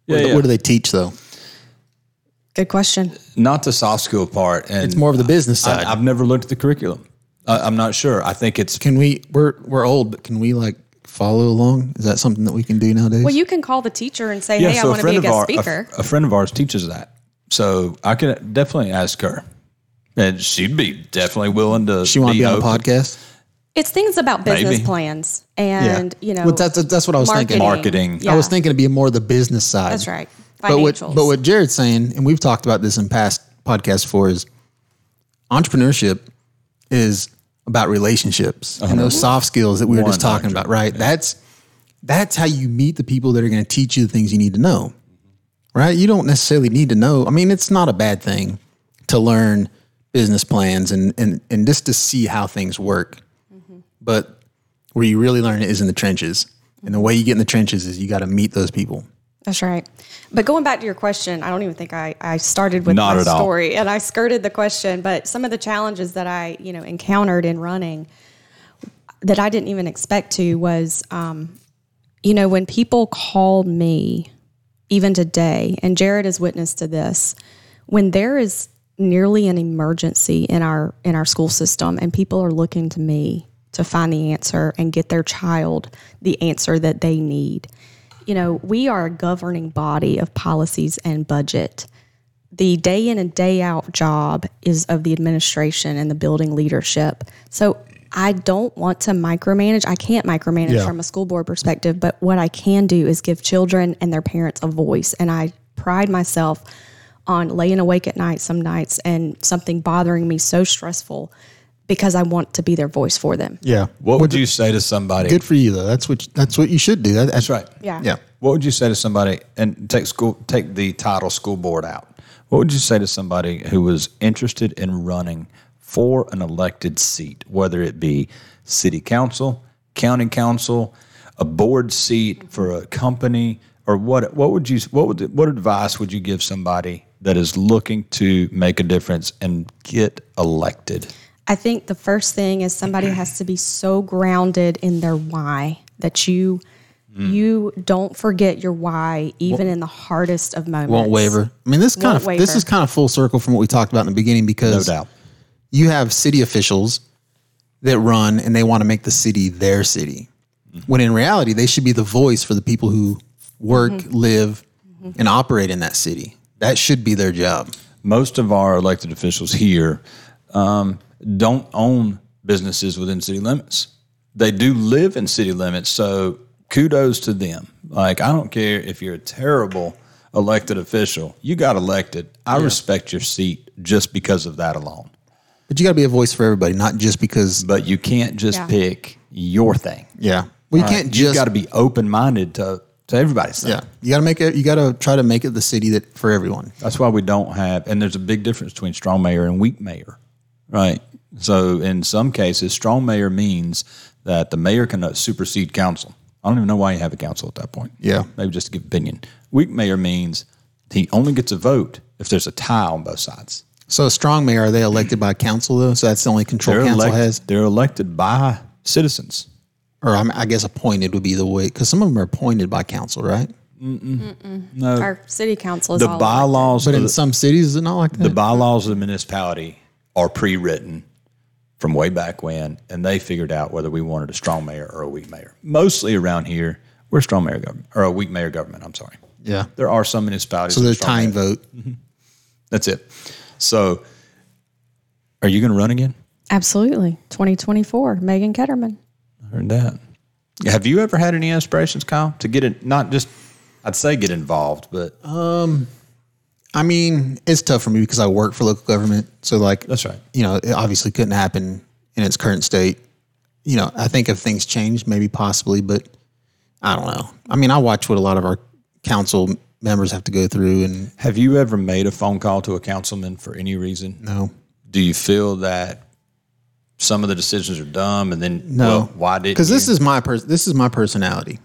[SPEAKER 3] Yeah,
[SPEAKER 2] what,
[SPEAKER 3] yeah.
[SPEAKER 2] what do they teach though?
[SPEAKER 5] Good question.
[SPEAKER 3] Not the soft skill part. And
[SPEAKER 2] It's more of the business
[SPEAKER 3] Uh, I,
[SPEAKER 2] side.
[SPEAKER 3] I've never looked at the curriculum. I, I'm not sure. I think it's
[SPEAKER 2] can we? We're we're old, but can we like follow along? Is that something that we can do nowadays?
[SPEAKER 5] Well, you can call the teacher and say, "Hey, I want to be
[SPEAKER 3] friend
[SPEAKER 5] a
[SPEAKER 3] of
[SPEAKER 5] guest
[SPEAKER 3] our-
[SPEAKER 5] speaker."
[SPEAKER 3] A, friend of ours teaches that, so I could definitely ask her, and she'd be definitely willing to.
[SPEAKER 2] she want to be on a
[SPEAKER 3] open.
[SPEAKER 2] podcast?
[SPEAKER 5] it's things about business
[SPEAKER 3] Maybe.
[SPEAKER 5] plans and you know.
[SPEAKER 2] Well, that's- that's- that's what I was thinking.
[SPEAKER 3] Marketing.
[SPEAKER 5] Yeah.
[SPEAKER 2] I was thinking it'd be more the business side.
[SPEAKER 5] That's right.
[SPEAKER 2] But what,
[SPEAKER 5] Financials.
[SPEAKER 2] but what Jared's saying, and we've talked about this in past podcasts for, is entrepreneurship is about relationships and those soft skills that we were just talking about, right? That's that's how you meet the people that are going to teach you the things you need to know, right? You don't necessarily need to know. I mean, it's not a bad thing to learn business plans and and and just to see how things work. But where you really learn it is in the trenches. And the way you get in the trenches is you got to meet those people.
[SPEAKER 5] That's right. But going back to your question, I don't even think I, I started with
[SPEAKER 3] Not
[SPEAKER 5] my
[SPEAKER 3] at all.
[SPEAKER 5] story and I skirted the question, but some of the challenges that I, you know, encountered in running that I didn't even expect to was um, you know, when people call me even today, and Jared is witness to this, when there is nearly an emergency in our in our school system and people are looking to me to find the answer and get their child the answer that they need. You know, we are a governing body of policies and budget. The day in and day out job is of the administration and the building leadership. So I don't want to micromanage. I can't micromanage from a school board perspective, but what I can do is give children and their parents a voice. And I pride myself on laying awake at night some nights and something bothering me so stressful because I want to be their voice for them.
[SPEAKER 2] Yeah.
[SPEAKER 3] What would you say to somebody?
[SPEAKER 2] Good for you though. That's what that's what you should do. That,
[SPEAKER 3] That's right.
[SPEAKER 5] Yeah.
[SPEAKER 2] Yeah.
[SPEAKER 3] What would you say to somebody? And take school, take the title school board out. What would you say to somebody who was interested in running for an elected seat, whether it be city council, county council, a board seat for a company, or what? What would you? What would? What advice would you give somebody that is looking to make a difference and get elected?
[SPEAKER 5] I think the first thing is somebody has to be so grounded in their why that you you don't forget your why even in the hardest of moments.
[SPEAKER 2] won't waver. I mean, this kind
[SPEAKER 5] Won't
[SPEAKER 2] of this
[SPEAKER 5] waver.
[SPEAKER 2] is kind of full circle from what we talked about in the beginning because
[SPEAKER 3] No doubt.
[SPEAKER 2] you have city officials that run and they want to make the city their city.
[SPEAKER 3] Mm-hmm.
[SPEAKER 2] When in reality, they should be the voice for the people who work,
[SPEAKER 5] Mm-hmm.
[SPEAKER 2] live, and operate in that city. That should be their job.
[SPEAKER 3] most of our elected officials here um, don't own businesses within city limits. They do live in city limits, so kudos to them. Like I don't care if you're a terrible elected official, you got elected. I respect your seat just because of that alone.
[SPEAKER 2] But you got to be a voice for everybody, not just because.
[SPEAKER 3] But you can't just
[SPEAKER 5] Yeah.
[SPEAKER 3] pick your thing.
[SPEAKER 2] Yeah, we can't
[SPEAKER 3] You've
[SPEAKER 2] just.
[SPEAKER 3] got to be open minded to to everybody's thing.
[SPEAKER 2] yeah, you got to make it. You got to try to make it the city that for everyone.
[SPEAKER 3] That's why we don't have, and there's a big difference between strong mayor and weak mayor, right? So in some cases, strong mayor means that the mayor can supersede council. I don't even know why you have a council at that point.
[SPEAKER 2] Yeah.
[SPEAKER 3] maybe just to give opinion. Weak mayor means he only gets a vote if there's a tie on both sides.
[SPEAKER 2] So a strong mayor, are they elected by council though? So that's the only control
[SPEAKER 3] They're
[SPEAKER 2] council
[SPEAKER 3] elected.
[SPEAKER 2] has,
[SPEAKER 3] They're elected by citizens.
[SPEAKER 2] or I'm, I guess appointed would be the way because some of them are appointed by council, right?
[SPEAKER 5] Our city council is
[SPEAKER 3] The
[SPEAKER 5] all
[SPEAKER 3] bylaws,
[SPEAKER 2] But
[SPEAKER 3] of
[SPEAKER 2] in
[SPEAKER 3] the,
[SPEAKER 2] some cities, is it not like that?
[SPEAKER 3] the bylaws of the municipality are pre-written from way back when, and they figured out whether we wanted a strong mayor or a weak mayor. Mostly around here, we're strong mayor government or a weak mayor government. I'm sorry.
[SPEAKER 2] yeah.
[SPEAKER 3] There are some municipalities.
[SPEAKER 2] So
[SPEAKER 3] with
[SPEAKER 2] there's
[SPEAKER 3] strong
[SPEAKER 2] time
[SPEAKER 3] mayor.
[SPEAKER 2] vote.
[SPEAKER 3] That's it. So Are you going to run again?
[SPEAKER 5] Absolutely. 2024, Megan Ketterman.
[SPEAKER 3] I heard that. Have you ever had any aspirations, Kyle, to get it? Not just, I'd say get involved, but
[SPEAKER 2] I mean, it's tough for me because I work for local government. So like
[SPEAKER 3] That's right.
[SPEAKER 2] You know, it obviously couldn't happen in its current state. You know, I think if things changed, maybe possibly, but I don't know. I mean, I watch what a lot of our council members have to go through and
[SPEAKER 3] have you ever made a phone call to a councilman for any reason?
[SPEAKER 2] no.
[SPEAKER 3] Do you feel that some of the decisions are dumb, and then
[SPEAKER 2] No.
[SPEAKER 3] well, why did?
[SPEAKER 2] Because this is my person this is my personality.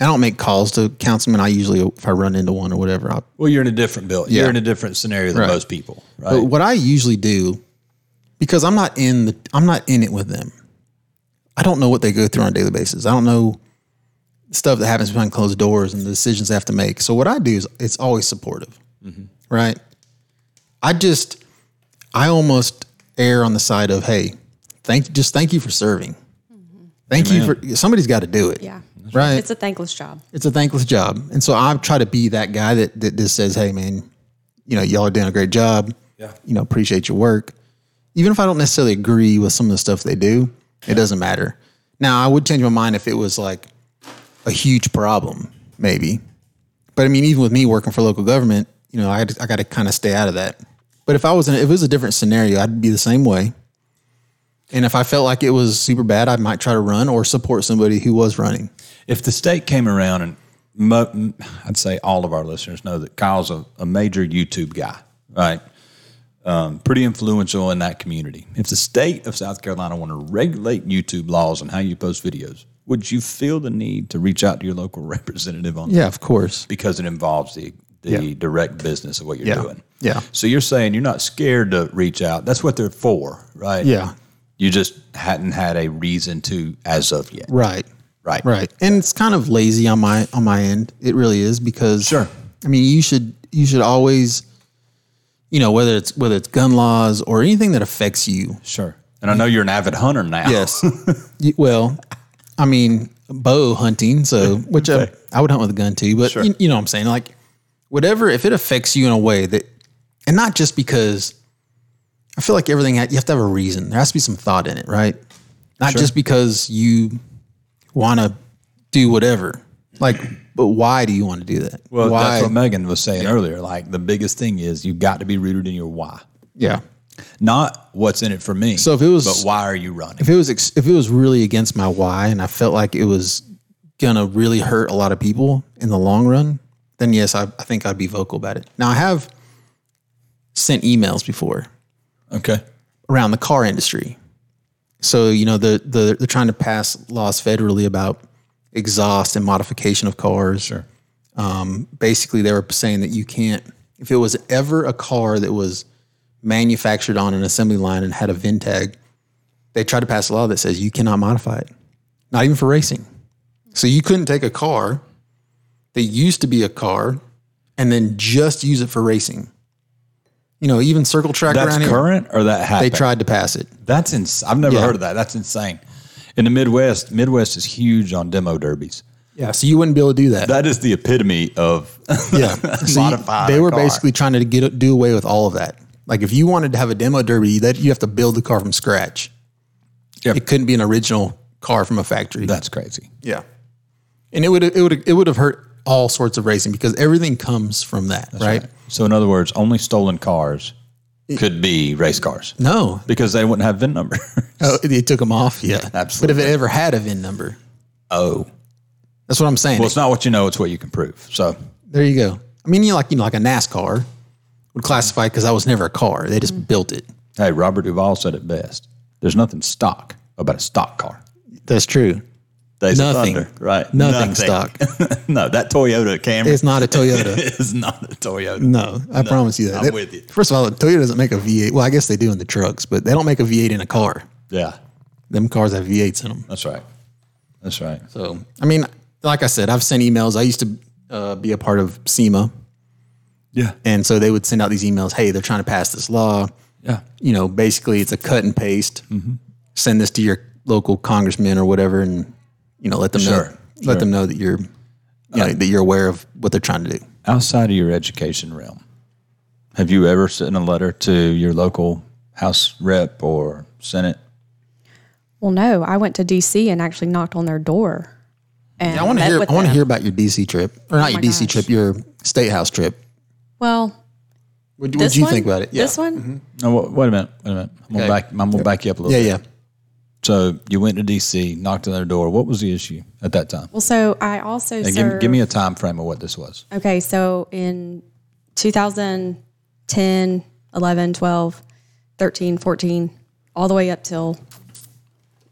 [SPEAKER 2] I don't make calls to councilmen. I usually if I run into one or whatever, I'll
[SPEAKER 3] Well, you're in a different bill. You're in a different scenario than
[SPEAKER 2] Right.
[SPEAKER 3] most people, right?
[SPEAKER 2] But what I usually do, because I'm not in the, I'm not in it with them. I don't know what they go through on a daily basis. I don't know stuff that happens behind closed doors and the decisions they have to make. So what I do is it's always supportive, right? I just, I almost err on the side of, hey, thank, just thank you for serving. Thank you for somebody's got to do it.
[SPEAKER 5] Yeah.
[SPEAKER 2] Right.
[SPEAKER 5] It's a thankless job.
[SPEAKER 2] It's a thankless job. And so I try to be that guy that, that just says, hey, man, you know, y'all are doing a great job. Yeah. You know, appreciate your work. Even if I don't necessarily agree with some of the stuff they do, it doesn't matter. Now, I would change my mind if it was like a huge problem, maybe. But I mean, even with me working for local government, you know, I, had to- I got to kind of stay out of that. But if I was in, if it was a different scenario, I'd be the same way. And if I felt like it was super bad, I might try to run or support somebody who was running.
[SPEAKER 3] if the state came around and mo- m- I'd say all of our listeners know that Kyle's a, a major YouTube guy, right? Um, pretty influential in that community. If the state of South Carolina want to regulate YouTube laws and how you post videos, would you feel the need to reach out to your local representative on
[SPEAKER 2] Yeah, of course.
[SPEAKER 3] because it involves the the
[SPEAKER 2] Yeah.
[SPEAKER 3] direct business of what you're
[SPEAKER 2] Yeah.
[SPEAKER 3] doing?
[SPEAKER 2] Yeah.
[SPEAKER 3] So you're saying you're not scared to reach out. That's what they're for, right?
[SPEAKER 2] Yeah.
[SPEAKER 3] You just hadn't had a reason to as of yet.
[SPEAKER 2] Right.
[SPEAKER 3] Right.
[SPEAKER 2] Right. And it's kind of lazy on my on my end. It really is because
[SPEAKER 3] Sure.
[SPEAKER 2] I mean, you should you should always you know, whether it's whether it's gun laws or anything that affects you.
[SPEAKER 3] Sure. And I know you're an avid hunter now.
[SPEAKER 2] Yes. You- well, I mean, bow hunting, so which I, I would hunt with a gun too, but you, you know what I'm saying? Like whatever if it affects you in a way that and not just because I feel like everything ha- you have to have a reason. There has to be some thought in it, right? Not just because you want to do whatever. Like, but why do you want to do that?
[SPEAKER 3] Well,
[SPEAKER 2] why?
[SPEAKER 3] that's what Megan was saying earlier. Like the biggest thing is you've got to be rooted in your why,
[SPEAKER 2] yeah.
[SPEAKER 3] not what's in it for me.
[SPEAKER 2] So if it was-
[SPEAKER 3] but why are you running?
[SPEAKER 2] If it was ex- if it was really against my why, and I felt like it was gonna really hurt a lot of people in the long run, then yes, I, I think I'd be vocal about it. Now I have sent emails before
[SPEAKER 3] okay,
[SPEAKER 2] around the car industry. So you know the the they're trying to pass laws federally about exhaust and modification of cars. Sure. Um, basically, they were saying that you can't if it was ever a car that was manufactured on an assembly line and had a VIN tag. They tried to pass a law that says you cannot modify it, not even for racing. So you couldn't take a car that used to be a car and then just use it for racing. You know, even circle track
[SPEAKER 3] that's
[SPEAKER 2] around here.
[SPEAKER 3] current or that
[SPEAKER 2] They
[SPEAKER 3] happened.
[SPEAKER 2] tried to pass it.
[SPEAKER 3] That's ins- I've never
[SPEAKER 2] Yeah.
[SPEAKER 3] heard of that. That's insane. In the Midwest, Midwest is huge on demo derbies.
[SPEAKER 2] Yeah, so you wouldn't be able to do that.
[SPEAKER 3] That is the epitome of
[SPEAKER 2] yeah, So you-
[SPEAKER 3] Modify
[SPEAKER 2] They
[SPEAKER 3] the
[SPEAKER 2] were
[SPEAKER 3] car.
[SPEAKER 2] basically trying to get do away with all of that. Like if you wanted to have a demo derby, that you have to build the car from scratch.
[SPEAKER 3] Yeah.
[SPEAKER 2] It couldn't be an original car from a factory.
[SPEAKER 3] that's crazy.
[SPEAKER 2] yeah, and it would it would it would have hurt all sorts of racing because everything comes from that, right?
[SPEAKER 3] So in other words, only stolen cars could be race cars
[SPEAKER 2] No,
[SPEAKER 3] because they wouldn't have VIN number.
[SPEAKER 2] oh, it, it took them off. Yeah,
[SPEAKER 3] absolutely.
[SPEAKER 2] But if it ever had a VIN number,
[SPEAKER 3] oh,
[SPEAKER 2] that's what I'm saying.
[SPEAKER 3] well, it's not what you know; it's what you can prove. So
[SPEAKER 2] There you go. I mean, you know, like you know, like a NASCAR would classify because that was never a car; they just built it.
[SPEAKER 3] Hey, Robert Duvall said it best. There's nothing stock about a stock car.
[SPEAKER 2] That's true.
[SPEAKER 3] Days of
[SPEAKER 2] Nothing.
[SPEAKER 3] Thunder, right?
[SPEAKER 2] Nothing stock.
[SPEAKER 3] no, that Toyota Camry
[SPEAKER 2] It's not a Toyota.
[SPEAKER 3] is not a Toyota.
[SPEAKER 2] No, I promise you that.
[SPEAKER 3] I'm
[SPEAKER 2] They-
[SPEAKER 3] with you.
[SPEAKER 2] First of all, Toyota doesn't make a V8. Well, I guess they do in the trucks, but they don't make a V8 in a car.
[SPEAKER 3] Yeah,
[SPEAKER 2] Them cars have V8s in them.
[SPEAKER 3] that's right. That's right.
[SPEAKER 2] So, I mean, like I said, I've sent emails. I used to uh, be a part of SEMA.
[SPEAKER 3] Yeah.
[SPEAKER 2] And so they would send out these emails hey, they're trying to pass this law.
[SPEAKER 3] Yeah.
[SPEAKER 2] You know, basically it's a cut and paste.
[SPEAKER 3] Mm-hmm.
[SPEAKER 2] Send this to your local congressman or whatever and, you know, let them know.
[SPEAKER 3] Sure. Uh,
[SPEAKER 2] Let them know that you're. You know, that you're aware of what they're trying to do.
[SPEAKER 3] Outside of your education realm, have you ever sent a letter to your local House rep or Senate?
[SPEAKER 5] Well, no, I went to DC and actually knocked on their door. And
[SPEAKER 2] I want to
[SPEAKER 5] met
[SPEAKER 2] hear.
[SPEAKER 5] with
[SPEAKER 2] I want to
[SPEAKER 5] them. Oh
[SPEAKER 2] hear about your DC trip, or not your DC trip, your state house trip.
[SPEAKER 5] Well,
[SPEAKER 2] What
[SPEAKER 5] this
[SPEAKER 2] would you
[SPEAKER 5] one,
[SPEAKER 2] think about it? Yeah. Mm-hmm.
[SPEAKER 5] This one,
[SPEAKER 3] No, wa- wait a minute. Wait a minute. I'm gonna
[SPEAKER 2] Okay.
[SPEAKER 3] back. I'm gonna back you up a little.
[SPEAKER 2] Yeah,
[SPEAKER 3] bit.
[SPEAKER 2] yeah.
[SPEAKER 3] So you went to DC, knocked on their door. What was the issue at that time?
[SPEAKER 5] Well, so I also
[SPEAKER 3] And
[SPEAKER 5] served.
[SPEAKER 3] give, give me a time frame of what this was.
[SPEAKER 5] okay, so in 2010, 11, 12, 13, 14, all the way up till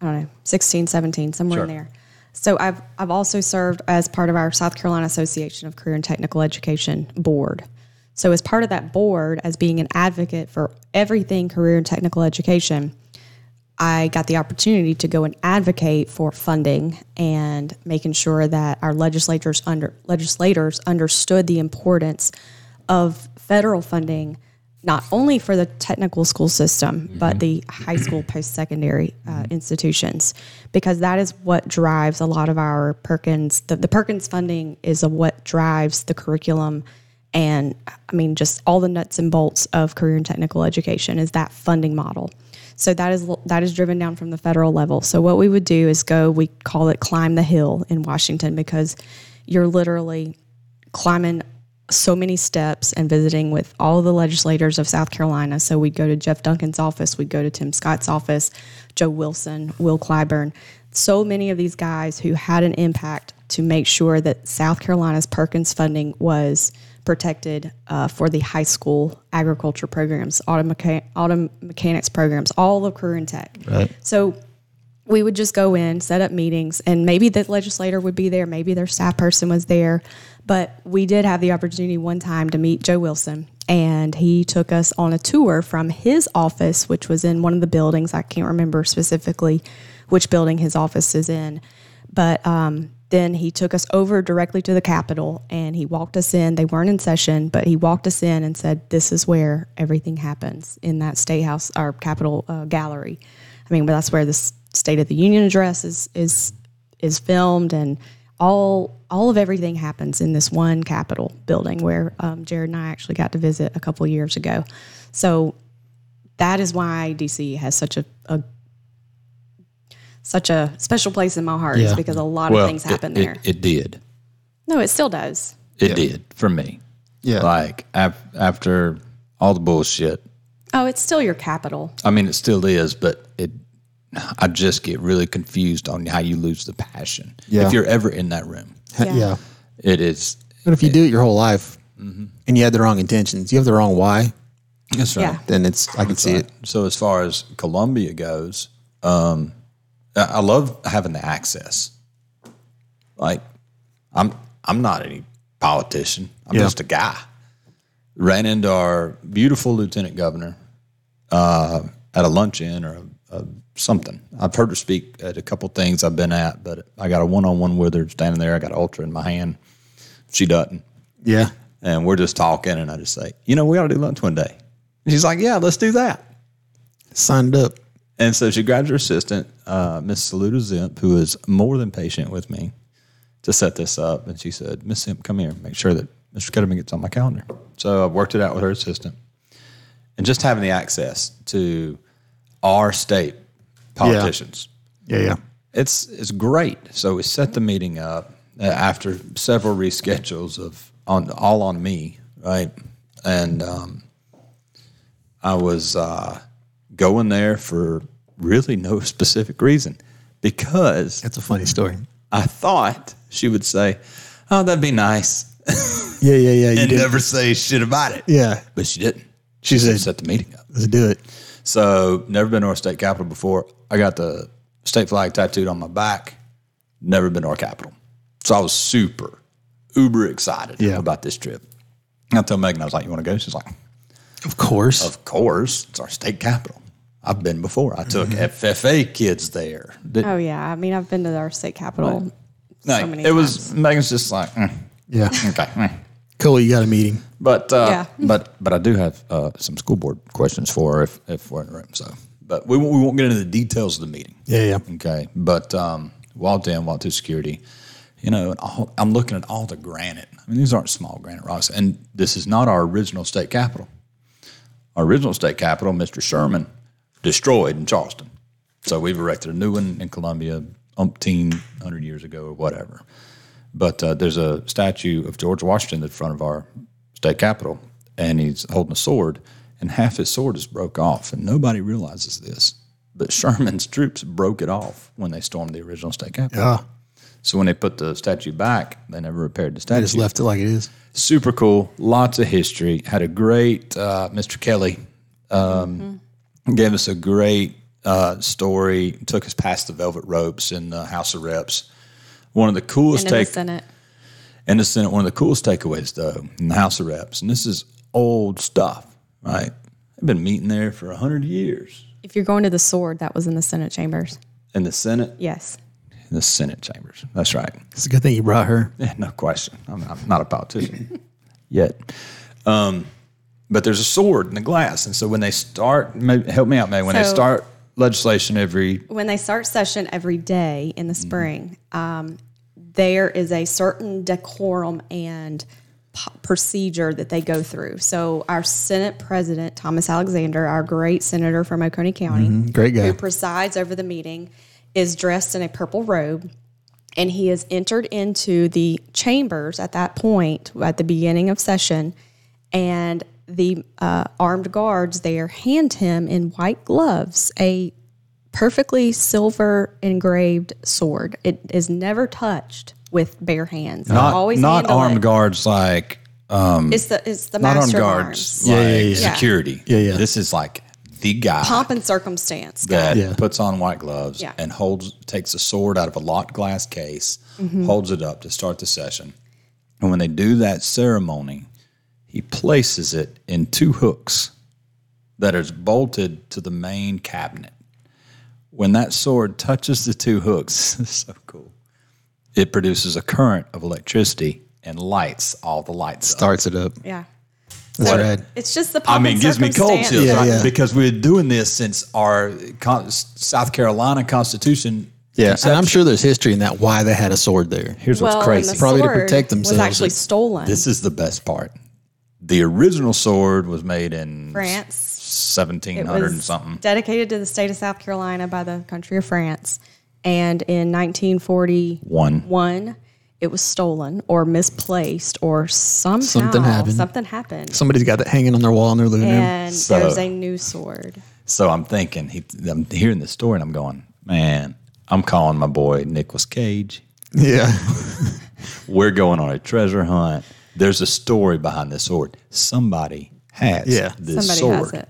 [SPEAKER 5] I don't know, 16, 17, somewhere in there. So I've I've also served as part of our South Carolina Association of Career and Technical Education board. So as part of that board, as being an advocate for everything career and technical education, I got the opportunity to go and advocate for funding and making sure that our legislators under legislators understood the importance of federal funding not only for the technical school system but the high school post-secondary uh, institutions because that is what drives a lot of our perkins the, the perkins funding is a, what drives the curriculum and I mean, just all the nuts and bolts of career and technical education is that funding model. So that is that is driven down from the federal level. So what we would do is go, we call it climb the hill in Washington because you're literally climbing so many steps and visiting with all the legislators of South Carolina. So we'd go to Jeff Duncan's office, we'd go to Tim Scott's office, Joe Wilson, Will Clyburn, so many of these guys who had an impact to make sure that South Carolina's Perkins funding was protected uh, for the high school agriculture programs, auto, mechan- auto mechanics programs, all of career and tech. Right. So we would just go in, set up meetings, and maybe the legislator would be there, maybe their staff person was there. But we did have the opportunity one time to meet Joe Wilson, and he took us on a tour from his office, which was in one of the buildings. I can't remember specifically which building his office is in, but um, then he took us over directly to the Capitol and he walked us in. They weren't in session, but he walked us in and said, This is where everything happens in that State House, our Capitol uh, gallery. I mean, but that's where the S- State of the Union address is, is, is filmed and all, all of everything happens in this one Capitol building where um, Jared and I actually got to visit a couple years ago. So that is why DC has such a, a such a special place in my heart is
[SPEAKER 2] Yeah.
[SPEAKER 5] because a lot of things happen
[SPEAKER 3] it,
[SPEAKER 5] there.
[SPEAKER 3] It, it did.
[SPEAKER 5] No, it still does.
[SPEAKER 3] It did for me.
[SPEAKER 2] Yeah.
[SPEAKER 3] Like af- after all the bullshit,
[SPEAKER 5] Oh, it's still your capital.
[SPEAKER 3] I mean, it still is, but it. I just get really confused on how you lose the passion
[SPEAKER 2] Yeah.
[SPEAKER 3] if you're ever in that room.
[SPEAKER 2] yeah. yeah.
[SPEAKER 3] It is.
[SPEAKER 2] But if you do it your whole life, and you had the wrong intentions, you have the wrong why,
[SPEAKER 3] That's right.
[SPEAKER 5] Yeah.
[SPEAKER 2] then it's I can see it.
[SPEAKER 3] So as far as Colombia goes, um, I I love having the access. Like, I'm I'm not any politician. I'm
[SPEAKER 2] Yeah.
[SPEAKER 3] just a guy. Ran into our beautiful lieutenant governor uh, at a luncheon or a, a something. I've heard her speak at a couple things I've been at, but I got a one on one with her standing there. I got an ultra in my hand. She doesn't
[SPEAKER 2] Yeah.
[SPEAKER 3] and we're just talking, and I just say, you know, we ought to do lunch one day. And she's like, yeah, let's do that.
[SPEAKER 2] Signed up.
[SPEAKER 3] And so she grabbed her assistant, uh, Miss Saluda Zimp, who is more than patient with me to set this up. And she said, Miss Zimp, come here, make sure that Mr. Ketterman gets on my calendar. So I worked it out with her assistant. And just having the access to our state politicians
[SPEAKER 2] Yeah, yeah.
[SPEAKER 3] it's it's great. So we set the meeting up uh, after several reschedules of on all on me, right? And um, I was uh, going there for really no specific reason because
[SPEAKER 2] That's a funny story.
[SPEAKER 3] I thought she would say, "Oh, that'd be nice,"
[SPEAKER 2] Yeah, yeah, yeah. You
[SPEAKER 3] and
[SPEAKER 2] did.
[SPEAKER 3] never say shit about it.
[SPEAKER 2] yeah.
[SPEAKER 3] but she didn't.
[SPEAKER 2] She said,
[SPEAKER 3] Set the meeting up.
[SPEAKER 2] let's do it.
[SPEAKER 3] So never been to our state capitol before. I got the state flag tattooed on my back. Never been to our capitol. So I was super, uber excited
[SPEAKER 2] Yeah.
[SPEAKER 3] about this trip. I told Megan, I was like, you want to go? She's like,
[SPEAKER 2] Of course.
[SPEAKER 3] of course, it's our state capitol. I've been before. I took
[SPEAKER 2] Mm-hmm.
[SPEAKER 3] FFA kids there. Did-
[SPEAKER 5] Oh yeah, I mean I've been to our state capitol.
[SPEAKER 3] like,
[SPEAKER 5] many
[SPEAKER 3] it was, Megan's just like, "Mm,
[SPEAKER 2] yeah.
[SPEAKER 3] okay. mm."
[SPEAKER 2] Cool, you got a meeting.
[SPEAKER 3] But uh,
[SPEAKER 5] Yeah.
[SPEAKER 3] but but I do have uh, some school board questions for her if, if we're in the room. So, but we won't, we won't get into the details of the meeting.
[SPEAKER 2] Yeah, yeah.
[SPEAKER 3] Okay. But um, walked in, walked through security, you know, and all, I'm looking at all the granite. I mean, these aren't small granite rocks. And this is not our original state capitol. our original state capitol, Mr. Sherman, destroyed in Charleston. So we've erected a new one in Columbia umpteen hundred years ago or whatever. But uh, there's a statue of George Washington in front of our state capitol, and he's holding a sword, and half his sword is broke off, and nobody realizes this. But Sherman's troops broke it off when they stormed the original state capitol. So when they put the statue back, they never repaired the statue.
[SPEAKER 2] I just left it like it is.
[SPEAKER 3] Super cool. Lots of history. Had a great uh, Mr. Kelly um, gave us a great uh, story. Took us past the velvet ropes in the House of Reps. One of the coolest
[SPEAKER 5] and in the
[SPEAKER 3] take
[SPEAKER 5] Senate.
[SPEAKER 3] and the Senate, one of the coolest takeaways, though, in the House of Reps, and this is old stuff, right? They've been meeting there for 100 years.
[SPEAKER 5] If you're going to the sword, that was in the Senate chambers.
[SPEAKER 3] In the Senate,
[SPEAKER 5] Yes.
[SPEAKER 3] in the Senate chambers. That's right.
[SPEAKER 2] It's a good thing you brought her.
[SPEAKER 3] Yeah, Eh, no question. I'm, I'm not a politician yet. Um, but there's a sword in the glass. And so when they start, maybe, help me out, May, when they
[SPEAKER 5] So-
[SPEAKER 3] start legislation every,
[SPEAKER 5] When they start session every day in the spring, um, there is a certain decorum and po- procedure that they go through. So our Senate President Thomas Alexander, our great senator from Oconee County,
[SPEAKER 2] Great guy.
[SPEAKER 5] who presides over the meeting, is dressed in a purple robe, and he is entered into the chambers at that point at the beginning of session, and the uh, armed guards there hand him in white gloves a perfectly silver engraved sword. It is never touched with bare hands. They
[SPEAKER 3] not,
[SPEAKER 5] always
[SPEAKER 3] not
[SPEAKER 5] handle
[SPEAKER 3] armed
[SPEAKER 5] it.
[SPEAKER 3] guards like,
[SPEAKER 5] It's the it's the
[SPEAKER 3] not armed
[SPEAKER 5] master of
[SPEAKER 3] guards
[SPEAKER 5] arms.
[SPEAKER 3] like
[SPEAKER 5] yeah.
[SPEAKER 3] security.
[SPEAKER 2] Yeah, yeah.
[SPEAKER 3] This is like the guy
[SPEAKER 5] Pomp and circumstance.
[SPEAKER 3] that
[SPEAKER 2] Yeah.
[SPEAKER 3] puts on white gloves
[SPEAKER 5] Yeah.
[SPEAKER 3] and holds, takes a sword out of a locked glass case, holds it up to start the session. And when they do that ceremony, he places it in two hooks that is bolted to the main cabinet. When that sword touches the two hooks, this is so cool. It produces a current of electricity and lights all the lights up.
[SPEAKER 2] Starts it up.
[SPEAKER 5] Yeah.
[SPEAKER 2] That's
[SPEAKER 5] So
[SPEAKER 2] rad.
[SPEAKER 5] It's just the
[SPEAKER 3] I
[SPEAKER 5] pomp
[SPEAKER 3] mean,
[SPEAKER 5] and
[SPEAKER 3] it gives me cold
[SPEAKER 5] circumstance.
[SPEAKER 3] chills
[SPEAKER 2] Yeah,
[SPEAKER 3] right?
[SPEAKER 2] yeah.
[SPEAKER 3] because we're doing this since our con- South Carolina Constitution.
[SPEAKER 2] Yeah, and I'm sure there's history in that why they had a sword there.
[SPEAKER 3] Here's
[SPEAKER 5] Well,
[SPEAKER 3] what's
[SPEAKER 5] and
[SPEAKER 3] crazy.
[SPEAKER 5] the
[SPEAKER 2] Probably to
[SPEAKER 5] sword
[SPEAKER 2] protect themselves.
[SPEAKER 5] Was actually stolen.
[SPEAKER 3] This is the best part. The original sword was made in
[SPEAKER 5] France. It
[SPEAKER 3] 1700 and
[SPEAKER 5] was
[SPEAKER 3] something.
[SPEAKER 5] dedicated to the state of South Carolina by the country of France, and in 1941,
[SPEAKER 3] One.
[SPEAKER 5] it was stolen or misplaced or somehow
[SPEAKER 2] Something happened.
[SPEAKER 5] Something happened,
[SPEAKER 2] Somebody's got that hanging on their wall in their living room.
[SPEAKER 5] and
[SPEAKER 3] So-
[SPEAKER 5] there's a new sword.
[SPEAKER 3] So I'm thinking, he, I'm hearing this story and I'm going, man, I'm calling my boy Nicholas Cage.
[SPEAKER 2] Yeah,
[SPEAKER 3] We're going on a treasure hunt. There's a story behind this sword. Somebody has
[SPEAKER 2] Yeah.
[SPEAKER 3] this
[SPEAKER 5] Somebody
[SPEAKER 3] sword.
[SPEAKER 5] has it.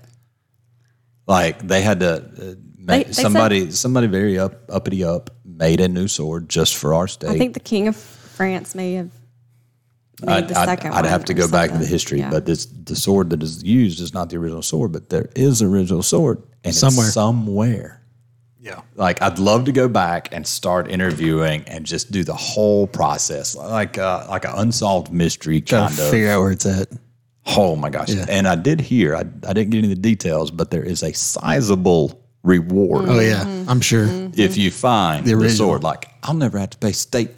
[SPEAKER 3] Like they had to uh,
[SPEAKER 5] They-
[SPEAKER 3] make
[SPEAKER 5] they
[SPEAKER 3] somebody somebody very up uppity up made a new sword just for our state.
[SPEAKER 5] I think the king of France may have made
[SPEAKER 3] I'd,
[SPEAKER 5] the
[SPEAKER 3] I'd-
[SPEAKER 5] 2nd
[SPEAKER 3] I'd have to go back to the history,
[SPEAKER 5] Yeah.
[SPEAKER 3] but this the sword that is used is not the original sword, but there is an original sword and it's
[SPEAKER 2] Somewhere.
[SPEAKER 3] somewhere.
[SPEAKER 2] yeah.
[SPEAKER 3] Like I'd love to go back and start interviewing and just do the whole process, like uh, like an unsolved mystery
[SPEAKER 2] Gotta
[SPEAKER 3] kind of.
[SPEAKER 2] figure out where it's at.
[SPEAKER 3] Oh my gosh! And I did hear I, I didn't get any of the details, but there is a sizable reward
[SPEAKER 2] Oh yeah,
[SPEAKER 3] Mm-hmm.
[SPEAKER 2] I'm sure.
[SPEAKER 3] if you find the,
[SPEAKER 2] original.
[SPEAKER 3] sword. Like I'll never have to pay state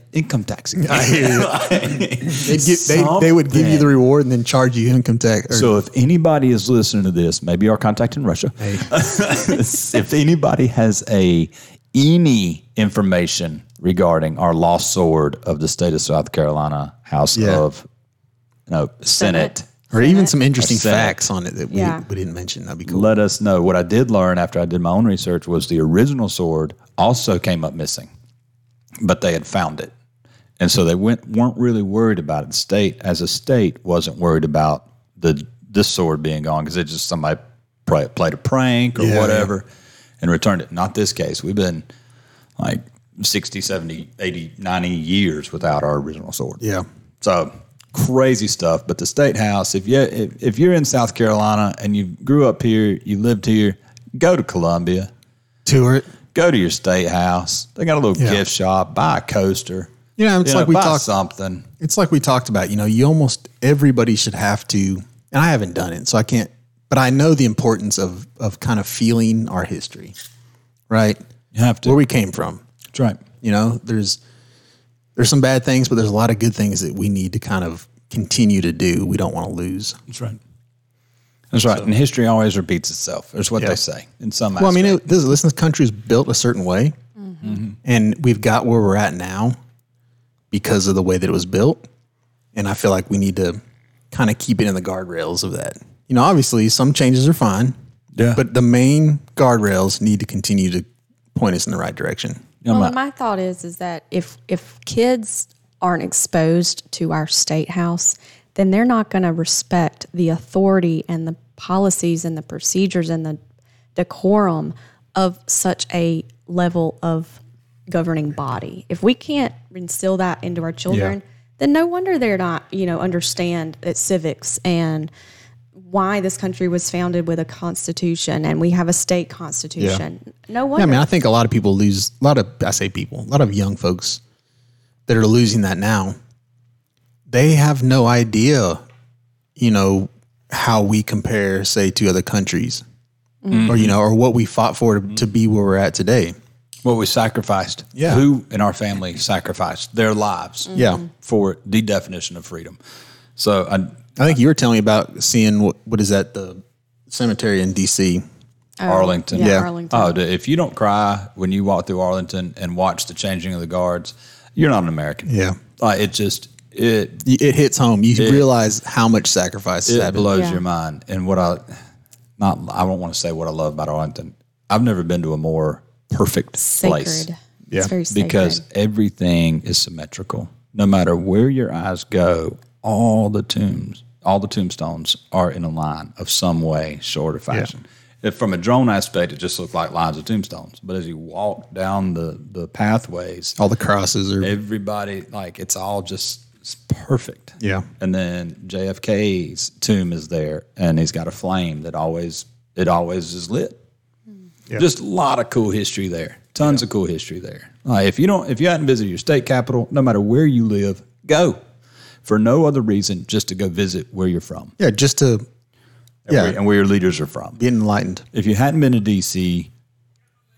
[SPEAKER 3] income tax again.
[SPEAKER 2] They'd give, they, they would give you the reward and then charge you income tax. Or,
[SPEAKER 3] So if anybody is listening to this, maybe our contact in Russia. if anybody has a any information regarding our lost sword of the state of South Carolina House
[SPEAKER 2] Yeah.
[SPEAKER 3] of no Senate,
[SPEAKER 2] or even some interesting
[SPEAKER 3] Senate.
[SPEAKER 2] facts on it that we,
[SPEAKER 5] Yeah.
[SPEAKER 2] we didn't mention. That'd be cool.
[SPEAKER 3] let us know. What I did learn after I did my own research was the original sword also came up missing, but they had found it. And so they went weren't really worried about it. The state as a state wasn't worried about the this sword being gone because it's just somebody play, played a prank or
[SPEAKER 2] Yeah,
[SPEAKER 3] whatever and returned it. Not this case. We've been like 60, 70, 80, 90 years without our original sword.
[SPEAKER 2] Yeah.
[SPEAKER 3] So crazy stuff. But the state house, if you if, if you're in South Carolina and you grew up here, you lived here, go to Columbia,
[SPEAKER 2] Tour it.
[SPEAKER 3] go to your state house. They got a little
[SPEAKER 2] Yeah.
[SPEAKER 3] gift shop. Buy a coaster.
[SPEAKER 2] Yeah, it's
[SPEAKER 3] You know,
[SPEAKER 2] like we
[SPEAKER 3] buy
[SPEAKER 2] talked.
[SPEAKER 3] something.
[SPEAKER 2] It's like we talked about. You know, you almost everybody should have to. And I haven't done it, so I can't. But I know the importance of of kind of feeling our history, right?
[SPEAKER 3] You have to.
[SPEAKER 2] Where we came from.
[SPEAKER 3] That's right.
[SPEAKER 2] You know, there's there's some bad things, but there's a lot of good things that we need to kind of continue to do. We don't want to lose.
[SPEAKER 3] That's right. That's right. and history always repeats itself. Is what
[SPEAKER 2] Yeah.
[SPEAKER 3] they say in some.
[SPEAKER 2] Well, I mean,
[SPEAKER 3] aspect.
[SPEAKER 2] it, this, listen, this country's built a certain way, and we've got where we're at now because of the way that it was built. And I feel like we need to kind of keep it in the guardrails of that. You know, obviously, some changes are fine,
[SPEAKER 3] Yeah.
[SPEAKER 2] but the main guardrails need to continue to point us in the right direction.
[SPEAKER 3] You know,
[SPEAKER 5] Well,
[SPEAKER 3] my-
[SPEAKER 5] my thought is is that if if kids aren't exposed to our state house, then they're not going to respect the authority and the policies and the procedures and the decorum of such a level of governing body. If we can't instill that into our children, then no wonder they're not, you know, understand that civics and why this country was founded with a constitution and we have a state constitution. No wonder.
[SPEAKER 2] Yeah, I mean, I think a lot of people lose a lot of I say people, a lot of young folks that are losing that now. They have no idea, you know, how we compare, say, to other countries, or you know, or what we fought for to, to be where we're at today.
[SPEAKER 3] what we sacrificed.
[SPEAKER 2] Yeah.
[SPEAKER 3] Who in our family sacrificed their lives?
[SPEAKER 2] Yeah.
[SPEAKER 3] For the definition of freedom. So I.
[SPEAKER 2] I think you were telling me about seeing what what is that the cemetery in D.C.
[SPEAKER 3] Arlington.
[SPEAKER 5] Oh, yeah, Yeah. Arlington.
[SPEAKER 3] Oh, dude, if you don't cry when you walk through Arlington and watch the changing of the guards, you're not an American.
[SPEAKER 2] Yeah.
[SPEAKER 3] Like it just it
[SPEAKER 2] Y- It hits home. You realize how much sacrifice
[SPEAKER 3] it
[SPEAKER 2] that
[SPEAKER 3] blows
[SPEAKER 5] Yeah.
[SPEAKER 3] your mind. And what I not I don't want to say what I love about Arlington. I've never been to a more perfect
[SPEAKER 5] sacred.
[SPEAKER 3] place.
[SPEAKER 5] Yeah, it's very sacred.
[SPEAKER 3] because everything is symmetrical. No matter where your eyes go, all the tombs, all the tombstones are in a line of some way, sort of fashion. If from a drone aspect, it just looked like lines of tombstones. But as you walk down the the pathways,
[SPEAKER 2] All the crosses are
[SPEAKER 3] everybody like it's all just it's perfect.
[SPEAKER 2] Yeah.
[SPEAKER 3] And then JFK's tomb is there, and he's got a flame that always it always is lit.
[SPEAKER 2] Hmm.
[SPEAKER 3] Just a lot of cool history there. Tons of cool history there. Like if you don't, if you hadn't visited your state capital, no matter where you live, go for no other reason, just to go visit where you're from,
[SPEAKER 2] yeah, just to
[SPEAKER 3] and
[SPEAKER 2] Yeah.
[SPEAKER 3] where- and where your leaders are from.
[SPEAKER 2] be enlightened.
[SPEAKER 3] If you hadn't been to DC,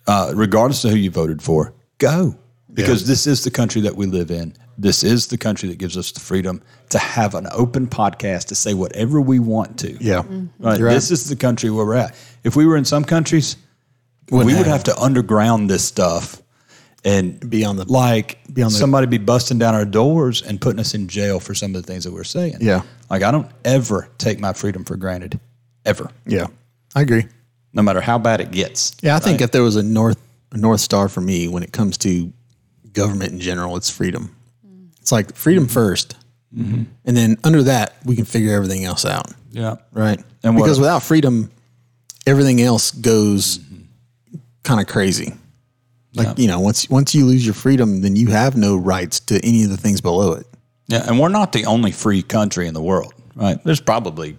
[SPEAKER 3] uh, regardless of who you voted for, go because this is the country that we live in. This is the country that gives us the freedom to have an open podcast to say whatever we want to.
[SPEAKER 2] Yeah,
[SPEAKER 3] Right?
[SPEAKER 2] You're right.
[SPEAKER 3] This is the country where we're at. If we were in some countries, we would have to underground this stuff and
[SPEAKER 2] Be on the-
[SPEAKER 3] like
[SPEAKER 2] be on the-
[SPEAKER 3] somebody be busting down our doors and putting us in jail for some of the things that we're saying.
[SPEAKER 2] Yeah.
[SPEAKER 3] Like I don't ever take my freedom for granted. Ever.
[SPEAKER 2] yeah, I agree.
[SPEAKER 3] No matter how bad it gets.
[SPEAKER 2] Yeah, I think if there was a north a north star for me when it comes to government in general, it's freedom. It's like freedom
[SPEAKER 3] Mm-hmm.
[SPEAKER 2] 1st and then under that we can figure everything else out,
[SPEAKER 3] Yeah.
[SPEAKER 2] right?
[SPEAKER 3] And what-
[SPEAKER 2] because without freedom, everything else goes
[SPEAKER 3] Mm-hmm.
[SPEAKER 2] kind of crazy. Like you know, once once you lose your freedom, then you have no rights to any of the things below it.
[SPEAKER 3] Yeah, and we're not the only free country in the world, right? There's probably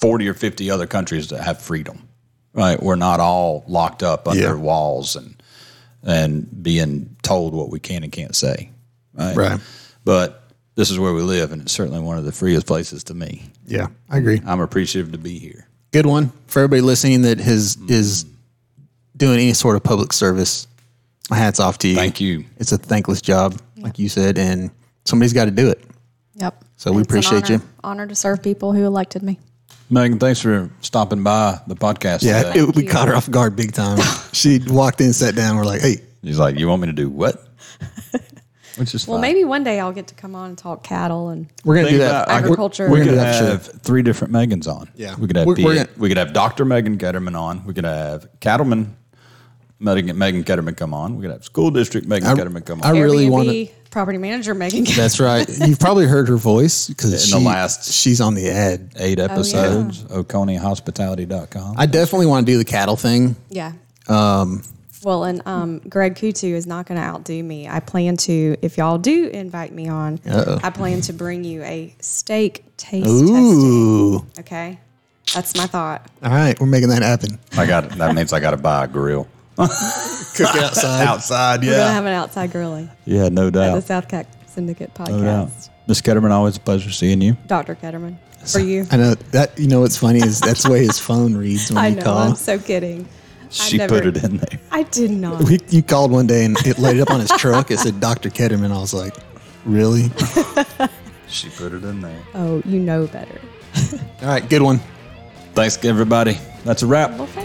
[SPEAKER 3] 40 or 50 other countries that have freedom, right? We're not all locked up under
[SPEAKER 2] Yeah.
[SPEAKER 3] walls and and being told what we can and can't say, right?
[SPEAKER 2] Right.
[SPEAKER 3] But this is where we live, and it's certainly one of the freest places to me.
[SPEAKER 2] Yeah, I agree.
[SPEAKER 3] I'm appreciative to be here.
[SPEAKER 2] good one for everybody listening that has
[SPEAKER 3] Mm.
[SPEAKER 2] is doing any sort of public service. My hat's off to you.
[SPEAKER 3] Thank you.
[SPEAKER 2] It's a thankless job, like you said, and somebody's got to do it.
[SPEAKER 5] Yep.
[SPEAKER 2] So we
[SPEAKER 5] It's an
[SPEAKER 2] appreciate
[SPEAKER 5] honor-
[SPEAKER 2] you.
[SPEAKER 5] Honor to serve people who elected me.
[SPEAKER 3] Megan, thanks for stopping by the podcast
[SPEAKER 2] Yeah,
[SPEAKER 3] today.
[SPEAKER 2] it, we caught her off guard big time. she walked in, sat down. We're like, hey,
[SPEAKER 3] He's like, You want me to do what? Which is
[SPEAKER 5] Well,
[SPEAKER 3] fine.
[SPEAKER 5] maybe one day I'll get to come on and talk cattle and
[SPEAKER 2] we're gonna
[SPEAKER 3] Think
[SPEAKER 2] do that.
[SPEAKER 3] about- I could-
[SPEAKER 5] Agriculture.
[SPEAKER 2] We're,
[SPEAKER 3] We
[SPEAKER 2] gonna
[SPEAKER 3] could
[SPEAKER 2] do that. for
[SPEAKER 3] have
[SPEAKER 2] sure.
[SPEAKER 3] three different Megans on.
[SPEAKER 2] Yeah.
[SPEAKER 3] we could have
[SPEAKER 2] We're- we're
[SPEAKER 3] P-
[SPEAKER 2] gonna-
[SPEAKER 3] we could have Doctor Megan Ketterman on. We could have Cattleman Megan, Megan Ketterman come on. We could have School District Megan Ketterman come
[SPEAKER 2] I
[SPEAKER 3] on.
[SPEAKER 2] really
[SPEAKER 5] Airbnb
[SPEAKER 2] want to.
[SPEAKER 5] property manager Megan.
[SPEAKER 2] That's right. You've probably heard her voice because
[SPEAKER 3] In the last-
[SPEAKER 2] she's on the ad.
[SPEAKER 3] Eight episodes. OconeyHospitality.com.
[SPEAKER 2] I definitely want to do the cattle thing.
[SPEAKER 5] yeah. Um, well, and um, Greg Kutu is not going to outdo me. I plan to, if y'all do invite me on, I plan to bring you a steak taste
[SPEAKER 2] Ooh,
[SPEAKER 5] testing. Okay, that's my thought.
[SPEAKER 2] all right, we're making that happen.
[SPEAKER 3] I got that means I got to buy a grill
[SPEAKER 2] Cook outside.
[SPEAKER 3] outside.
[SPEAKER 5] We're gonna
[SPEAKER 3] Yeah,
[SPEAKER 5] have an outside grilling
[SPEAKER 3] yeah, no
[SPEAKER 5] at the
[SPEAKER 3] doubt,
[SPEAKER 5] South Cack Syndicate
[SPEAKER 3] no doubt.
[SPEAKER 5] podcast.
[SPEAKER 3] Miss Ketterman, always a pleasure seeing you.
[SPEAKER 5] Dr. Ketterman, for you.
[SPEAKER 2] I know that you know what's funny is that's the way his phone reads when
[SPEAKER 5] I
[SPEAKER 2] you
[SPEAKER 5] know.
[SPEAKER 2] call.
[SPEAKER 5] I'm so kidding.
[SPEAKER 3] She
[SPEAKER 5] never-
[SPEAKER 3] put it in there.
[SPEAKER 5] I did not.
[SPEAKER 2] We, you called one day and it laid up on his truck. It said Dr. Ketterman. I was like, really?
[SPEAKER 3] She put it in there.
[SPEAKER 5] Oh, you know better.
[SPEAKER 2] All right, good one.
[SPEAKER 8] Thanks, everybody. That's a wrap.
[SPEAKER 3] Well, thanks.